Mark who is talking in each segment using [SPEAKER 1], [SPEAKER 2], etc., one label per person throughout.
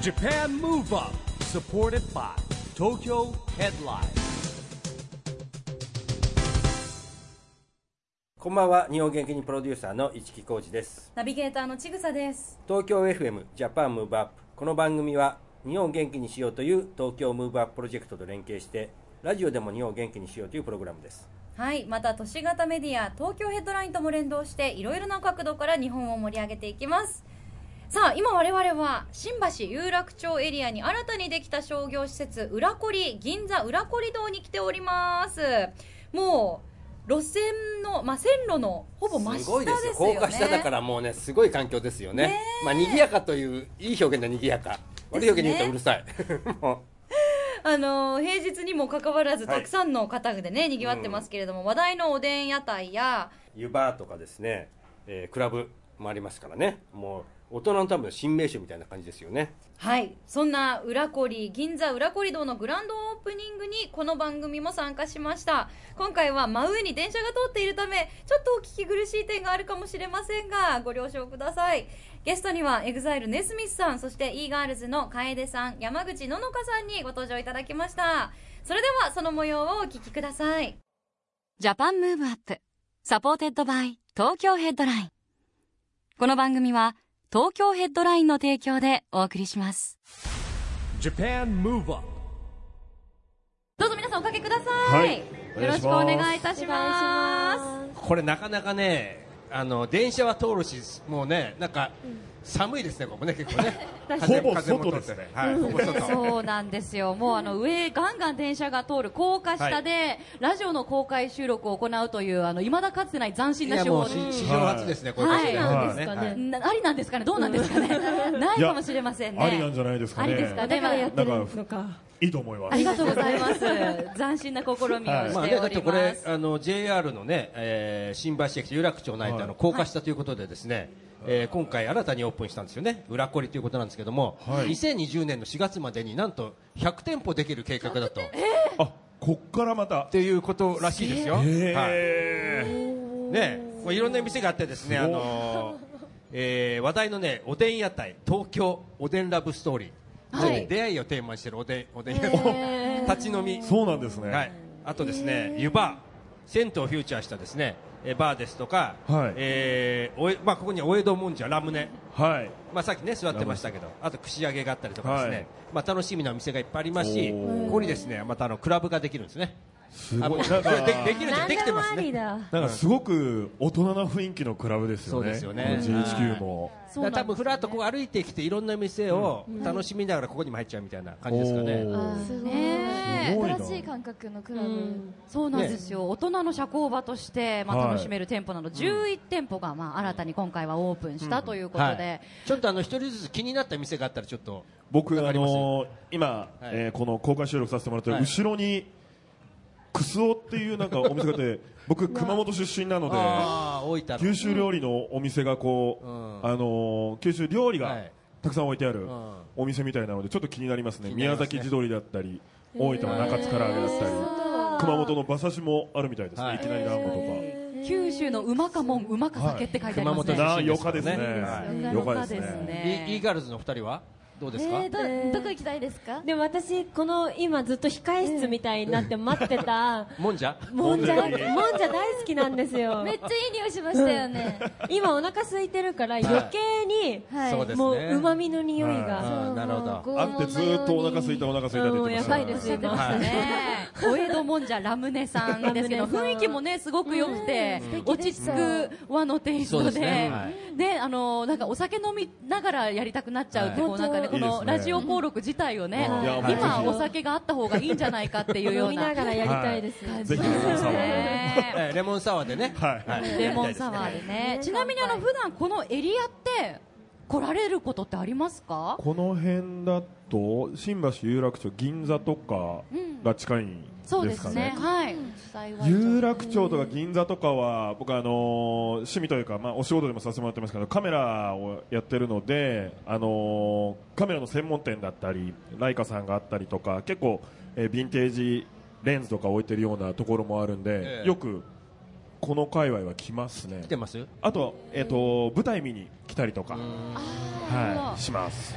[SPEAKER 1] JAPAN MOVE UP SUPPORTED BY TOKYO HEADLINE
[SPEAKER 2] こんばんは日本元気にプロデューサーの市木浩司です
[SPEAKER 3] ナビゲーターのちぐさです。
[SPEAKER 2] 東京 FM ジャパンムーブアップこの番組は日本を元気にしようという東京ムーブアッププロジェクトと連携してラジオでも日本を元気にしようというプログラムです
[SPEAKER 3] はい、また都市型メディア東京ヘッドラインとも連動していろいろな角度から日本を盛り上げていきます。さあ今我々は新橋有楽町エリアに新たにできた商業施設裏コリ銀座裏コリ堂に来ておりますもう路線の、まあ、線路のほぼ真
[SPEAKER 2] す
[SPEAKER 3] 下
[SPEAKER 2] ごい
[SPEAKER 3] で
[SPEAKER 2] です
[SPEAKER 3] す
[SPEAKER 2] よ
[SPEAKER 3] よね
[SPEAKER 2] 高架下だからもうねすごい環境ですよね
[SPEAKER 3] ねえ
[SPEAKER 2] まあ賑やかといういい表現の賑やか悪い表現に言うとうるさい も
[SPEAKER 3] あのー平日にもかかわらず
[SPEAKER 2] はい
[SPEAKER 3] たくさんの方でね、にぎわってますけれども、話題のおでん屋台や
[SPEAKER 2] う湯バーとかですね、えークラブもありますからねもう大人のための新名所みたいな感じですよね
[SPEAKER 3] はいそんな裏コリ銀座裏コリ堂のグランドオープニングにこの番組も参加しました今回は真上に電車が通っているためちょっとお聞き苦しい点があるかもしれませんがご了承くださいゲストには EXILE ネスミスさんそして e ガールズの楓さん山口ののかさんにご登場いただきましたそれではその模様をお聞きくださいジャパンムーブアップサポーテッドバイ東京ヘッドラインこの番組は東京ヘッドラインの提供でお送りします。
[SPEAKER 1] JAPAN MOVE UP
[SPEAKER 3] どうぞ皆さんおかけください。
[SPEAKER 2] はい
[SPEAKER 3] よろしくお願いいたします。
[SPEAKER 2] これなかなかねあの電車は通るしもうねなんか寒いですねここね結構ね
[SPEAKER 4] ほぼ外ですね
[SPEAKER 2] はいほぼ外
[SPEAKER 3] そうなんですよ。もうあの上ガンガン電車が通る高架下で、ラジオの公開収録を行うというあの未だかつてない斬新
[SPEAKER 2] い
[SPEAKER 3] な
[SPEAKER 2] や
[SPEAKER 3] 手
[SPEAKER 2] も
[SPEAKER 3] 法
[SPEAKER 2] う
[SPEAKER 3] です。
[SPEAKER 2] し史上初ですねこういうことね
[SPEAKER 3] はい
[SPEAKER 2] はい
[SPEAKER 4] なん
[SPEAKER 2] はい
[SPEAKER 3] なありなんですかね。どうなんですかね。ないかもしれませんね。
[SPEAKER 4] ありなんじゃないですかね
[SPEAKER 3] ありですかね。まあ
[SPEAKER 4] なんかいいと思いま
[SPEAKER 3] あ
[SPEAKER 4] す
[SPEAKER 3] りがとうございます。斬新な試みをしております。
[SPEAKER 2] まあね、だってこれあの JR のね、えー新橋駅と有楽町の間
[SPEAKER 4] は
[SPEAKER 2] の
[SPEAKER 4] い
[SPEAKER 2] 高架下ということでですね、えー今回新たにオープンしたんですよね裏こりということなんですけども、
[SPEAKER 4] はい
[SPEAKER 2] 2020年の4月までになんと100店舗できる計画だと
[SPEAKER 4] あこっからまた
[SPEAKER 2] っていうことらしいですよ。はい
[SPEAKER 4] へ
[SPEAKER 2] ね、こういろんな店があってですね、あ
[SPEAKER 4] すごい
[SPEAKER 2] のーえー話題のねおでん屋台東京おでんラブストーリー、
[SPEAKER 3] はい
[SPEAKER 2] ちょっと出会いをテーマにしてるおでんおでん屋台、 立ち飲み
[SPEAKER 4] え、そうなんですね
[SPEAKER 2] はい、あとですね湯バー銭湯をフューチャーしたですねえーバーですとか、
[SPEAKER 4] はい
[SPEAKER 2] えーおえまあここにはお江戸もんじゃラムネ。
[SPEAKER 4] はい
[SPEAKER 2] まあ、さっきね座ってましたけど、あと串揚げがあったりとかですね、
[SPEAKER 4] はい
[SPEAKER 2] まあ、楽しみなお店がいっぱいありますし、
[SPEAKER 4] おー
[SPEAKER 2] ここにですねまたあのクラブができるんですね、
[SPEAKER 4] す
[SPEAKER 2] あ
[SPEAKER 4] ご
[SPEAKER 2] もう
[SPEAKER 4] い
[SPEAKER 2] で
[SPEAKER 4] なんか
[SPEAKER 2] できるんじゃできてますね、
[SPEAKER 4] なんかすごく大人な雰囲気のクラブですよね
[SPEAKER 2] そうですよね
[SPEAKER 4] この GHQ も
[SPEAKER 3] そうなんです
[SPEAKER 2] だから多分ふらっとこう歩いてきていろんな店を楽しみながらここにも入っちゃうみたいな感じですかね、
[SPEAKER 4] おー
[SPEAKER 5] すごい
[SPEAKER 3] ね
[SPEAKER 4] すごいな
[SPEAKER 5] 新しい感覚のクラブ、
[SPEAKER 3] そうなんですよ、大人の社交場として、まあ、
[SPEAKER 4] はい
[SPEAKER 3] 楽しめる店舗など、11店舗が、まあ、新たに今回はオープンしたということで、
[SPEAKER 2] はい、ちょっとあの一人ずつ気になった店があったらちょっと
[SPEAKER 4] 僕
[SPEAKER 2] わ
[SPEAKER 4] あ
[SPEAKER 2] かりますよ
[SPEAKER 4] のー今
[SPEAKER 2] はい
[SPEAKER 4] えーこの公開収録させてもらってる
[SPEAKER 2] はい
[SPEAKER 4] 後ろにクスオっていうなんかお店があって僕熊本出身なので
[SPEAKER 2] ああ大分の
[SPEAKER 4] 九州料理のお店がこう、
[SPEAKER 2] うん
[SPEAKER 4] あのー九州料理
[SPEAKER 2] は
[SPEAKER 4] が
[SPEAKER 2] い
[SPEAKER 4] たくさん置いてある
[SPEAKER 2] ん
[SPEAKER 4] お店みたいなのでちょっと気になりますね
[SPEAKER 2] 気になり
[SPEAKER 4] 宮
[SPEAKER 2] ますね
[SPEAKER 4] 崎地鶏だったり大分の中津唐揚げだったり熊本の馬刺しもあるみたいですね、
[SPEAKER 2] はい
[SPEAKER 4] い、きなり団子とか、
[SPEAKER 3] 九州のうまかもん、うまか酒って書いてあり
[SPEAKER 2] 熊
[SPEAKER 3] ます
[SPEAKER 2] 本出身
[SPEAKER 3] ね、
[SPEAKER 4] なあよかですね
[SPEAKER 2] は
[SPEAKER 4] よか
[SPEAKER 3] よ
[SPEAKER 4] で
[SPEAKER 3] か
[SPEAKER 4] す
[SPEAKER 3] です
[SPEAKER 4] ね
[SPEAKER 2] い
[SPEAKER 3] ね
[SPEAKER 2] イイーガールズの二人はどうですか、
[SPEAKER 6] えーど
[SPEAKER 5] ど
[SPEAKER 6] ど
[SPEAKER 5] こ
[SPEAKER 6] こ
[SPEAKER 5] 行きたいですか
[SPEAKER 6] でも私この今ずっと控え室みたいになって待ってた
[SPEAKER 2] もんじゃ
[SPEAKER 6] もんじゃもんじゃ大好きなんですよ
[SPEAKER 5] めっちゃいい匂いしましたよね、
[SPEAKER 6] 今お腹空いてるから余計に
[SPEAKER 5] はい
[SPEAKER 2] そうですね
[SPEAKER 6] もううまみの匂い
[SPEAKER 2] あ
[SPEAKER 6] が
[SPEAKER 2] ーなるほど
[SPEAKER 5] ど
[SPEAKER 4] あってずーっとお腹空いたお腹空いたって言ってましたから
[SPEAKER 6] うんやばいです
[SPEAKER 5] おっしゃってましたね、
[SPEAKER 3] ねお江戸もんじゃラムネさんですけど
[SPEAKER 6] ラムネさん
[SPEAKER 3] 雰囲気もねすごく良くて
[SPEAKER 5] うん
[SPEAKER 3] 落ち着く和のテイス
[SPEAKER 2] そうで
[SPEAKER 3] トです
[SPEAKER 2] ねは
[SPEAKER 3] ねあのなんかお酒飲みながらやりたくなっちゃうってこう
[SPEAKER 6] はい
[SPEAKER 3] なんかねこ
[SPEAKER 4] 本当
[SPEAKER 3] の
[SPEAKER 4] いいですね
[SPEAKER 3] ラジオ登録自体をね
[SPEAKER 4] うんいやもう
[SPEAKER 3] 今
[SPEAKER 4] ぜひ
[SPEAKER 3] お酒があった方がいいんじゃないかっていうよ
[SPEAKER 6] 飲
[SPEAKER 3] う
[SPEAKER 6] み
[SPEAKER 3] な
[SPEAKER 6] ながらやりたいです、
[SPEAKER 4] ぜひレモンサワー を
[SPEAKER 3] ね
[SPEAKER 2] えーレモンサワーでね、
[SPEAKER 4] はい
[SPEAKER 3] レモンサワーでねちなみにあの普段このエリアって来られることってありますか
[SPEAKER 4] この辺だと新橋有楽町銀座とかが近いんですか
[SPEAKER 3] そう
[SPEAKER 4] ね,、
[SPEAKER 3] ですねはい
[SPEAKER 4] 有楽町とか銀座とかは僕、あのー趣味というか、まあ、お仕事でもさせてもらってますけどカメラをやってるので、あのーカメラの専門店だったりライカさんがあったりとか結構、えーヴィンテージレンズとか置いてるようなところもあるんで
[SPEAKER 2] え、え
[SPEAKER 4] よくこの界隈は来ますね
[SPEAKER 2] 来てます
[SPEAKER 4] あと,、えー、と舞台見に来たりとか、
[SPEAKER 2] うん
[SPEAKER 3] なるほ
[SPEAKER 4] は
[SPEAKER 3] ど
[SPEAKER 4] い、します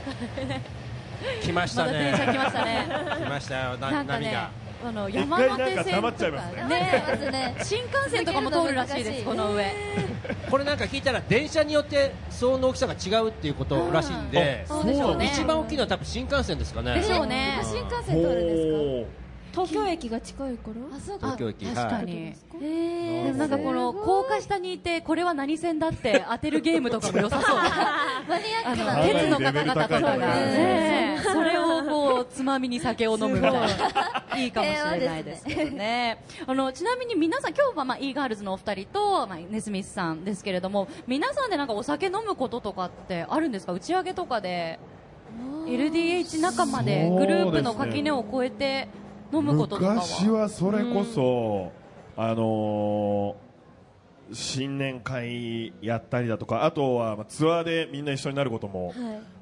[SPEAKER 2] 来まし
[SPEAKER 5] ま
[SPEAKER 2] た
[SPEAKER 5] だ電車
[SPEAKER 2] ね
[SPEAKER 5] 来ましたね。
[SPEAKER 2] 来ましたよな
[SPEAKER 5] なんか
[SPEAKER 2] 波
[SPEAKER 5] ね
[SPEAKER 2] が、
[SPEAKER 5] あの
[SPEAKER 4] 一
[SPEAKER 5] 山
[SPEAKER 4] 回
[SPEAKER 5] 手
[SPEAKER 4] なんか
[SPEAKER 5] 線
[SPEAKER 4] 黙
[SPEAKER 5] と
[SPEAKER 4] っちゃい
[SPEAKER 5] か
[SPEAKER 4] ますね
[SPEAKER 5] ね、
[SPEAKER 7] ますね。
[SPEAKER 5] 新幹線とかも通るらしいですこの上。
[SPEAKER 2] これなんか聞いたら電車によって騒音の大きさが違うっていうことらしいんで、
[SPEAKER 5] そうでしょうね。
[SPEAKER 2] 一番大きいのは多分新幹線ですかね
[SPEAKER 5] でしょうね。
[SPEAKER 7] 新幹線通るんです
[SPEAKER 4] おー
[SPEAKER 6] 東京駅が近いから
[SPEAKER 7] か。あ、そうか。
[SPEAKER 2] 東京駅
[SPEAKER 3] 確
[SPEAKER 2] はい
[SPEAKER 3] かに、
[SPEAKER 6] えー
[SPEAKER 3] でもなんかこの高架下にいてこれは何線だって当てるゲームとかも良さそう
[SPEAKER 7] マニア
[SPEAKER 3] あ
[SPEAKER 7] ック
[SPEAKER 3] の
[SPEAKER 7] だ
[SPEAKER 4] はい
[SPEAKER 7] ね。
[SPEAKER 3] 鉄の方々とかが、
[SPEAKER 4] そうだね
[SPEAKER 3] ね、それをこうつまみに酒を飲むみたいないいかもしれないですけどねあのちなみに皆さん今日はまあ e ガールズのお二人と、まあ、ネスミスさんですけれども皆さんでなんかお酒飲むこととかってあるんですか打ち上げとかで LDH 仲間でグループの垣根を越えて飲むこととかは
[SPEAKER 4] 昔はそれこそ、あのー新年会やったりだとかあとはまあツアーでみんな一緒になることも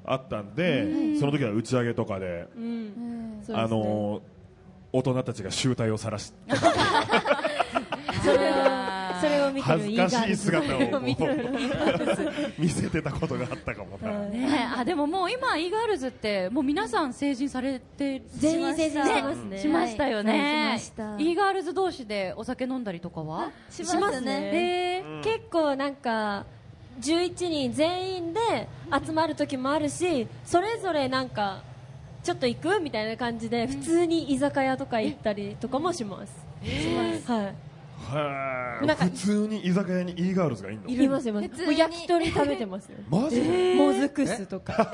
[SPEAKER 4] あったんで、その時は打ち上げとかで、
[SPEAKER 6] うん
[SPEAKER 4] あのー大人たちが集体を晒し
[SPEAKER 6] それをそれを見てる
[SPEAKER 4] 恥ずかしい姿をこう
[SPEAKER 6] 見てる
[SPEAKER 4] 見せてたことがあったかもな。
[SPEAKER 3] ねえあでももう今 e ガールズってもう皆さん成人されて
[SPEAKER 6] 全員成人してますね
[SPEAKER 3] しましたよ
[SPEAKER 7] は
[SPEAKER 3] ね
[SPEAKER 7] いしました
[SPEAKER 3] e ガールズ同士でお酒飲んだりとかは
[SPEAKER 7] し
[SPEAKER 6] しますね、えー
[SPEAKER 4] うん
[SPEAKER 6] 結構なんか11人全員で集まる時もあるしそれぞれなんかちょっと行くみたいな感じで普通に居酒屋とか行ったりとかもします、は
[SPEAKER 4] は
[SPEAKER 6] なん
[SPEAKER 4] い。
[SPEAKER 6] か
[SPEAKER 4] 普通に居酒屋に e ガールズがいるの
[SPEAKER 6] い、いますいます
[SPEAKER 7] 普通に
[SPEAKER 6] もう焼き鳥食べてますよ
[SPEAKER 4] マジで
[SPEAKER 6] もずく酢とか、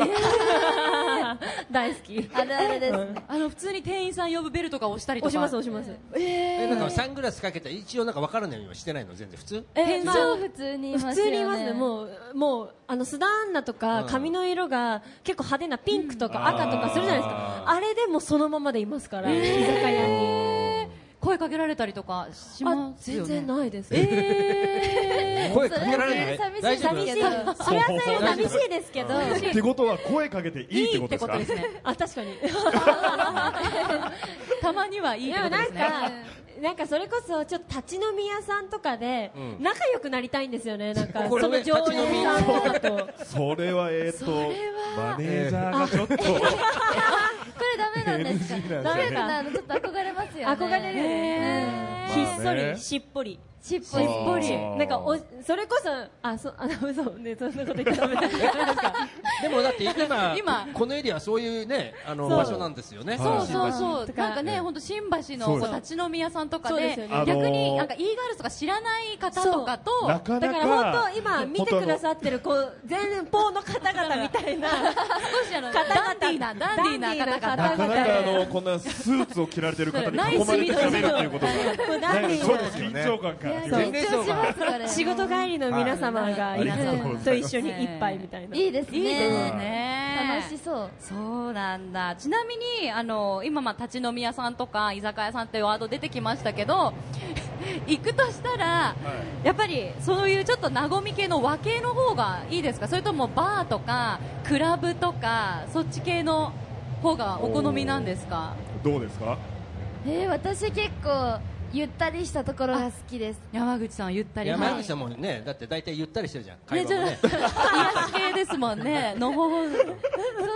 [SPEAKER 6] 大好き
[SPEAKER 7] あるあるです。
[SPEAKER 3] あの普通に店員さん呼ぶベルとか押したりとか
[SPEAKER 6] 押します押します
[SPEAKER 2] えなんかサングラスかけたら一応なんか分からないようにはしてないの全然普通
[SPEAKER 6] えーまあ
[SPEAKER 7] そう普通にいますよね。
[SPEAKER 6] 普通にいますね、もう、もう、あの、スダンナと
[SPEAKER 2] う
[SPEAKER 6] か
[SPEAKER 2] ん
[SPEAKER 6] 髪の色が結構派手なピンクとか赤とかするじゃないですか。あれでもそのままでいますから、居酒屋に。
[SPEAKER 3] 声かけられたりとかし
[SPEAKER 6] あ
[SPEAKER 3] ま、す
[SPEAKER 6] 全
[SPEAKER 3] よね
[SPEAKER 6] 然ないです。
[SPEAKER 2] 声かけられない
[SPEAKER 7] それ
[SPEAKER 2] 大丈
[SPEAKER 7] 寂
[SPEAKER 2] 夫
[SPEAKER 6] 寂
[SPEAKER 7] しい
[SPEAKER 6] しい。それはそれで寂しいですけど。
[SPEAKER 4] ってことは声かけていいって
[SPEAKER 3] いい
[SPEAKER 4] ことで
[SPEAKER 3] って
[SPEAKER 4] す
[SPEAKER 3] こ
[SPEAKER 4] か
[SPEAKER 3] とですね
[SPEAKER 6] あ、確か に。
[SPEAKER 3] たまにはいいって
[SPEAKER 6] で
[SPEAKER 3] こ
[SPEAKER 6] も
[SPEAKER 3] と
[SPEAKER 6] な
[SPEAKER 3] で
[SPEAKER 6] ん
[SPEAKER 3] す
[SPEAKER 6] か
[SPEAKER 3] ね、
[SPEAKER 6] なんかそれこそちょっと立ち飲み屋さんとかで
[SPEAKER 2] うん
[SPEAKER 6] 仲良くなりたいんですよね、なんか
[SPEAKER 2] これ
[SPEAKER 6] その
[SPEAKER 2] 俺
[SPEAKER 6] 常連さんとかと。
[SPEAKER 4] それはえっとマネージャーがちょっと
[SPEAKER 7] これダメなん です
[SPEAKER 4] NG
[SPEAKER 7] か。
[SPEAKER 4] なん
[SPEAKER 7] ダ
[SPEAKER 4] で
[SPEAKER 7] メ
[SPEAKER 4] すね
[SPEAKER 7] だなのちょっと憧れますよね。
[SPEAKER 6] 憧れるよね。ひっそ
[SPEAKER 4] まあね
[SPEAKER 6] り、しっぽり。
[SPEAKER 7] しっぽ
[SPEAKER 6] ぽ
[SPEAKER 7] り
[SPEAKER 6] い
[SPEAKER 7] し
[SPEAKER 4] あ
[SPEAKER 7] っぽり。
[SPEAKER 4] ー
[SPEAKER 6] なんかおそれこそあそ あの嘘ねそんなこと言っち ゃダメだ
[SPEAKER 2] でもだって今
[SPEAKER 3] 今
[SPEAKER 2] このエリアはそういうねあの
[SPEAKER 6] そう
[SPEAKER 2] 場所なんですよね
[SPEAKER 3] そう
[SPEAKER 4] はい
[SPEAKER 3] そうそう
[SPEAKER 6] 新橋
[SPEAKER 3] なんかね本当新橋の
[SPEAKER 4] そうで
[SPEAKER 3] こ
[SPEAKER 4] す
[SPEAKER 3] う立ち飲み屋さんとか
[SPEAKER 6] そう
[SPEAKER 3] で
[SPEAKER 6] ですよね
[SPEAKER 4] あのー
[SPEAKER 3] 逆になんか e ガールズとか知らない方とかと
[SPEAKER 4] なか
[SPEAKER 6] だ
[SPEAKER 4] な
[SPEAKER 6] から本
[SPEAKER 4] か
[SPEAKER 6] 当今見てくださってるこう全方の方々みたいな
[SPEAKER 3] 少しあの
[SPEAKER 6] 方々
[SPEAKER 3] ダンディーなダンディーな方
[SPEAKER 4] なか
[SPEAKER 3] 々
[SPEAKER 4] なかあ
[SPEAKER 6] 々
[SPEAKER 4] のこんなスーツを着られてる方に
[SPEAKER 3] ナイ
[SPEAKER 4] 囲
[SPEAKER 3] ス
[SPEAKER 4] まれて
[SPEAKER 3] 緑
[SPEAKER 4] 喋るっていうこと
[SPEAKER 6] もう
[SPEAKER 4] がな
[SPEAKER 6] 何
[SPEAKER 4] い
[SPEAKER 6] 人
[SPEAKER 4] ちょっ
[SPEAKER 6] も
[SPEAKER 4] と緊張感から
[SPEAKER 7] 緊張しますこれ。
[SPEAKER 6] 仕事帰りの皆様が
[SPEAKER 4] ありがとうございます
[SPEAKER 6] と一緒に一杯みたいない
[SPEAKER 7] いですね。
[SPEAKER 3] いいです
[SPEAKER 4] ね
[SPEAKER 3] ね
[SPEAKER 7] 楽しそう。
[SPEAKER 3] そうなんだちなみにあの今、まあ、立ち飲み屋さんとか居酒屋さんってワード出てきましたけど 行くとしたら、やっぱりそういうちょっと和み系の和系の方がいいですかそれともバーとかクラブとかそっち系の方がお好みなんですか
[SPEAKER 4] どうですか
[SPEAKER 7] えー、私結構ゆったりしたところが好きです。
[SPEAKER 3] 山口さんはゆったり
[SPEAKER 2] 山
[SPEAKER 3] は
[SPEAKER 2] 口
[SPEAKER 3] い
[SPEAKER 2] さんもねだって大体ゆったりしてるじゃん
[SPEAKER 3] ね
[SPEAKER 2] 会
[SPEAKER 3] ち
[SPEAKER 2] 話
[SPEAKER 3] ょ
[SPEAKER 2] もね
[SPEAKER 3] っと癒し系ですもんねのほほん
[SPEAKER 7] そう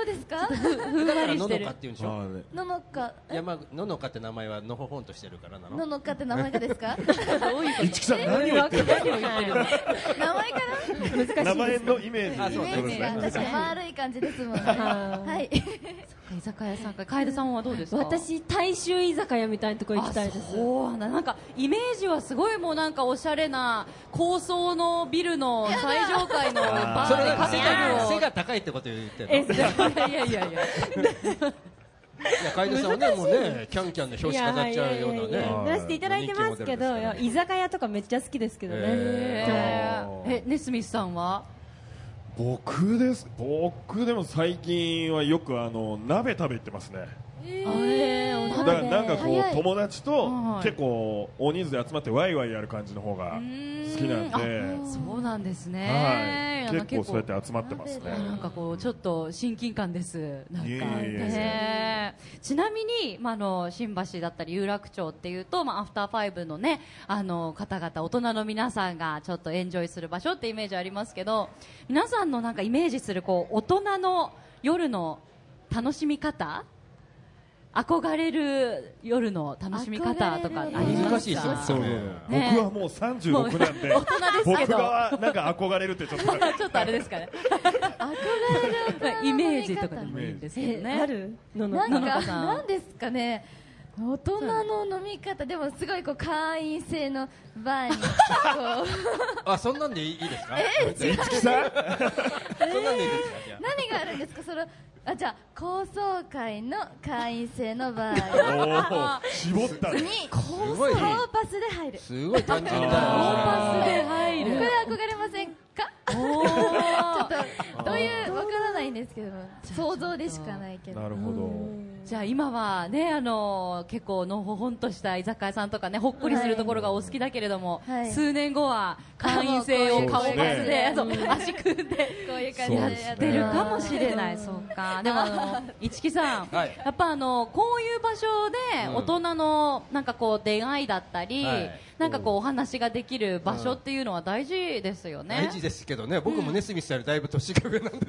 [SPEAKER 7] ですか？
[SPEAKER 3] ふんわりし
[SPEAKER 2] の
[SPEAKER 3] て
[SPEAKER 2] の
[SPEAKER 3] る
[SPEAKER 2] かっていうんでしょ
[SPEAKER 7] ののか
[SPEAKER 2] 山口ののかって名前はのほほんとしてるからなの
[SPEAKER 7] ののかって名前がですか？
[SPEAKER 4] 一木さん何を言ってる
[SPEAKER 7] 名前か
[SPEAKER 4] 名前のイメー
[SPEAKER 2] あ
[SPEAKER 7] な？
[SPEAKER 4] ジ
[SPEAKER 2] そ
[SPEAKER 7] イ
[SPEAKER 2] う
[SPEAKER 7] メ
[SPEAKER 2] ね
[SPEAKER 7] ージが確かに丸い感じですもんね。
[SPEAKER 6] は
[SPEAKER 7] はいい。
[SPEAKER 3] 居酒屋さんか楓さんはどうですか
[SPEAKER 6] 私大衆居酒屋みたいなとこ行きたいです
[SPEAKER 3] あそうなんだなんかイメージはすごいもうなんかおしゃれな高層のビルの最上階のバ
[SPEAKER 2] それ
[SPEAKER 3] ーで
[SPEAKER 2] は
[SPEAKER 3] カ
[SPEAKER 2] 背
[SPEAKER 3] クテル
[SPEAKER 2] が
[SPEAKER 3] を
[SPEAKER 2] 背が高いってこと言ってるの
[SPEAKER 6] え
[SPEAKER 2] い
[SPEAKER 3] いやいやいや
[SPEAKER 2] や楓さんはねもうねキャンキャンで表紙飾っちゃうようない
[SPEAKER 6] やいやい
[SPEAKER 2] ね
[SPEAKER 6] や出していただいてますけどいや居酒屋とかめっちゃ好きですけどね、
[SPEAKER 2] へ
[SPEAKER 3] えネスミスさんは
[SPEAKER 4] 僕です僕でも最近はよくあの鍋食べ行ってますね
[SPEAKER 3] えー
[SPEAKER 4] だからなんかこ
[SPEAKER 7] 早いう
[SPEAKER 4] 友達と
[SPEAKER 3] はい
[SPEAKER 4] 結構大人数で集まってワイワイやる感じの方が好きなんで
[SPEAKER 3] そうなんですね
[SPEAKER 4] はい
[SPEAKER 3] なんか
[SPEAKER 4] 結構そうやって集まってます
[SPEAKER 7] あ
[SPEAKER 3] なん
[SPEAKER 4] ね
[SPEAKER 3] かこうちょっと親近感です、なんか
[SPEAKER 4] いえいえいえ
[SPEAKER 3] ねちなみに、まあ、あの新橋だったり有楽町っていうと、まあ、アフターファイブの,、ね、あの方々、大人の皆さんがちょっとエンジョイする場所ってイメージありますけど皆さんのなんかイメージするこう大人の夜の楽しみ方憧れる夜の楽しみ方とかありますか
[SPEAKER 2] 難しいですよね。そういうの
[SPEAKER 3] ね
[SPEAKER 4] 僕はもう36なんで
[SPEAKER 3] もう大人ですけ
[SPEAKER 4] 僕
[SPEAKER 3] ど
[SPEAKER 4] がなんか憧れるってちょっと
[SPEAKER 3] ちょっとあれですかね憧れるイメージとかでもいいんですけどね
[SPEAKER 6] あるのの
[SPEAKER 7] なん
[SPEAKER 3] 野中
[SPEAKER 7] か、
[SPEAKER 3] さん
[SPEAKER 7] なんですかね。大人の飲み方、でもすごいこう会員制のバーに、こ
[SPEAKER 2] あ、そんなんでいいですか？
[SPEAKER 4] 五木さん
[SPEAKER 2] そんなんでいいですかじゃ
[SPEAKER 7] う何があるんですか、その、あ、じゃあ、高層階の会員制のバー
[SPEAKER 4] おー絞ったね
[SPEAKER 7] に、
[SPEAKER 2] あ。すごい。
[SPEAKER 7] ローパスで入る。
[SPEAKER 2] すごい単純
[SPEAKER 3] パ
[SPEAKER 2] だ
[SPEAKER 3] スで入
[SPEAKER 7] これ
[SPEAKER 3] る
[SPEAKER 7] 憧れませんか
[SPEAKER 3] お
[SPEAKER 7] ちょ
[SPEAKER 3] ー
[SPEAKER 7] っと、どういう、わからないんですけども、想像でしかないけど。
[SPEAKER 4] なるほど
[SPEAKER 3] じゃあ今はねあの結構のほほんとした居酒屋さんとかねほっこりするところがお好きだけれども、
[SPEAKER 7] はい
[SPEAKER 3] 数年後は会員制を顔パス
[SPEAKER 4] そうです
[SPEAKER 3] で
[SPEAKER 7] ね
[SPEAKER 3] そう足組んで
[SPEAKER 7] こういう感
[SPEAKER 4] そ
[SPEAKER 7] じで
[SPEAKER 4] う
[SPEAKER 7] やっ
[SPEAKER 4] で
[SPEAKER 7] て
[SPEAKER 4] すね
[SPEAKER 3] 出るかもしれない、そうか、でも、あ の、一木さん、
[SPEAKER 2] はい
[SPEAKER 3] やっぱ、あの、こういう場所で、
[SPEAKER 2] うん
[SPEAKER 3] 大人の、なんか、こう、出会いだったり
[SPEAKER 2] はい。
[SPEAKER 3] なんか、こう、お話ができる場所っていうのは大事ですよね
[SPEAKER 2] 大。事ですけどね。僕もネスミスよりだいぶ年が上なんで。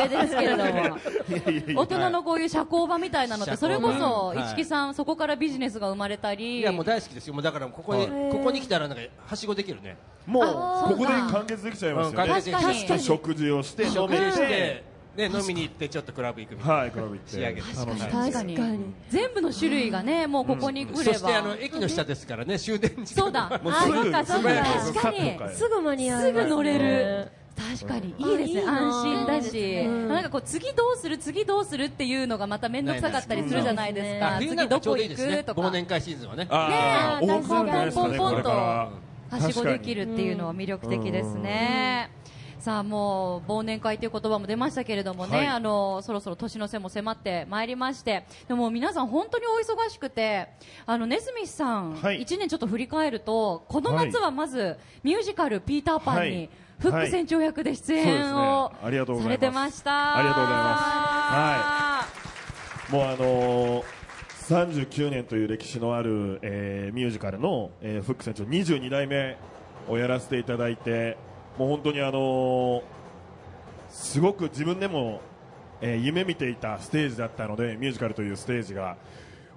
[SPEAKER 3] 上ですけれ ども、大人のこういう社交場みたいなのって、
[SPEAKER 2] 社
[SPEAKER 3] そ
[SPEAKER 2] 交
[SPEAKER 3] れ
[SPEAKER 2] 場
[SPEAKER 3] こそ、
[SPEAKER 2] はい
[SPEAKER 3] 一木さん、そこからビジネスが生まれたり。
[SPEAKER 2] いやもう大好きですよ。もうだからここにここに来たらなんかはしごできるね。
[SPEAKER 4] もう
[SPEAKER 3] あ
[SPEAKER 4] ここで完結できちゃいますよ
[SPEAKER 2] うん完
[SPEAKER 4] ね
[SPEAKER 3] 確かに。
[SPEAKER 4] で食事をして飲
[SPEAKER 2] 食
[SPEAKER 4] め
[SPEAKER 2] 事しててね飲みに行ってちょっとクラブ行くみたい
[SPEAKER 4] はいクラブ行って
[SPEAKER 2] 仕上げです
[SPEAKER 4] 楽しみ
[SPEAKER 3] 確かに。全部の種類がね、もうここに来れ
[SPEAKER 2] な。
[SPEAKER 3] ば。
[SPEAKER 2] そしてあの駅の下ですからね終電時間
[SPEAKER 3] そうだ。あ
[SPEAKER 4] もう
[SPEAKER 3] ー、
[SPEAKER 4] すぐ
[SPEAKER 3] そうか、そう
[SPEAKER 4] 素早
[SPEAKER 3] か
[SPEAKER 4] く
[SPEAKER 3] 確
[SPEAKER 4] さっと
[SPEAKER 3] かに。
[SPEAKER 4] 帰る
[SPEAKER 6] すぐ間に合う
[SPEAKER 3] すぐ乗れる
[SPEAKER 6] ね。
[SPEAKER 3] 確かにいいですね
[SPEAKER 6] あいいな
[SPEAKER 3] 安心だし、
[SPEAKER 6] うん
[SPEAKER 3] なんかこう次どうする次どうするっていうのがまた面倒くさかったりするじゃないですか、
[SPEAKER 2] あ冬な
[SPEAKER 3] 次
[SPEAKER 2] んか
[SPEAKER 3] ど
[SPEAKER 2] ちょう
[SPEAKER 3] こ
[SPEAKER 2] どいい
[SPEAKER 3] 行
[SPEAKER 2] ですね
[SPEAKER 3] く。と
[SPEAKER 2] 忘
[SPEAKER 3] か
[SPEAKER 2] 年会シーズンはね。
[SPEAKER 4] ああ
[SPEAKER 3] ねえ
[SPEAKER 4] 大きなですかね
[SPEAKER 3] ポンポンポンポン
[SPEAKER 4] これから
[SPEAKER 3] はしごでき
[SPEAKER 4] る
[SPEAKER 3] るっていうのは魅力的ですね。さあもう忘年会という言葉も出ましたけれどもね、
[SPEAKER 4] はい
[SPEAKER 3] あのそろそろ年の瀬も迫ってまいりましてでも皆さん本当にお忙しくてあのネズミスさん、
[SPEAKER 4] はい
[SPEAKER 3] 1年ちょっと振り返るとこの夏はまずミュージカル「ピーターパン」
[SPEAKER 4] は
[SPEAKER 3] に
[SPEAKER 4] い
[SPEAKER 3] フック船長役で出演
[SPEAKER 4] そう
[SPEAKER 3] を
[SPEAKER 4] ですねありがとうござ
[SPEAKER 3] さ
[SPEAKER 4] います
[SPEAKER 3] れてました。
[SPEAKER 4] ありがとうございまもうあのー39年という歴史のある、えーミュージカルの、えーフック船長22代目をやらせていただいてもう本当にあのーすごく自分でも、えー夢見ていたステージだったのでミュージカルというステージが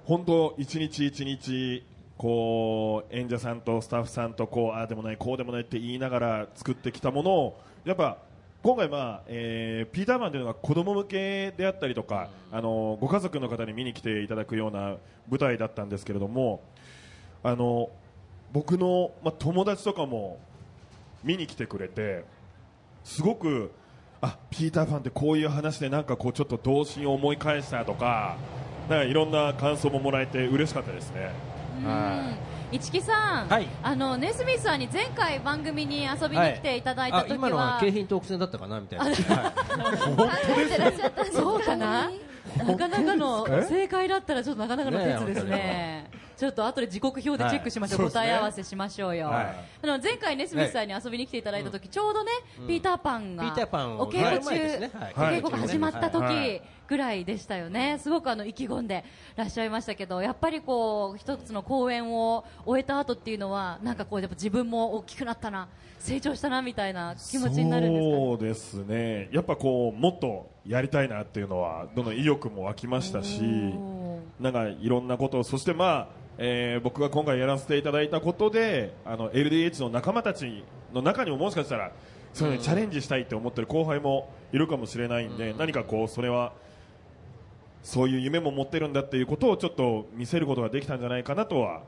[SPEAKER 4] 本当一日一日こう演者さんとスタッフさんとこうああでもないこうでもないって言いながら作ってきたものをやっぱ今回、まあえーピーターマンというのは子供向けであったりとか、あのご家族の方に見に来ていただくような舞台だったんですけれどもあの僕の、まあ、友達とかも見に来てくれてすごくあピーター・パンってこういう話でなんかこうちょっと童心を思い返したとかなんかいろんな感想ももらえて嬉しかったですね。
[SPEAKER 3] うん一木さん、
[SPEAKER 2] はい
[SPEAKER 3] あのネスミスさんに前回番組に遊びに来ていただいた
[SPEAKER 2] あ
[SPEAKER 3] 時
[SPEAKER 2] 今のは
[SPEAKER 3] は、
[SPEAKER 2] 京浜東北線だったかなみたいな。
[SPEAKER 7] 考えてらっしゃったんで す
[SPEAKER 3] そうかななかなかの
[SPEAKER 4] 本当ですか
[SPEAKER 3] 正解だったらちょっとなかなかの
[SPEAKER 2] ねえ
[SPEAKER 3] 鉄ですねちょっと後で時刻表でチェックしましょう、
[SPEAKER 2] はいそうです
[SPEAKER 3] 答
[SPEAKER 2] ね
[SPEAKER 3] え合わせしましょうよ、
[SPEAKER 2] は
[SPEAKER 3] あの前回ネスミスさんに遊びに来ていただいた時、ちょうどね、ピーターパンが
[SPEAKER 2] ピーターパンを
[SPEAKER 3] お稽古中、
[SPEAKER 2] はい前ですねはい
[SPEAKER 3] お稽古が始まった
[SPEAKER 4] は
[SPEAKER 3] 時
[SPEAKER 4] い
[SPEAKER 3] ぐらいでしたよね、すごくあの意気込んでらっしゃいましたけどやっぱりこう一つの公演を終えた後っていうのはなんかこうやっぱ自分も大きくなったな成長したなみたいな気持ちになるんですかね
[SPEAKER 4] そうですねやっぱこうもっとやりたいなっていうのはどんどん意欲も湧きましたしなんかいろんなことをそしてまあえー僕が今回やらせていただいたことであの LDH の仲間たちの中にももしかしたらそういうのにチャレンジしたいって思ってる後輩もいるかもしれないんで、何かこうそれはそういう夢も持ってるんだっていうことをちょっと見せることができたんじゃないかなとは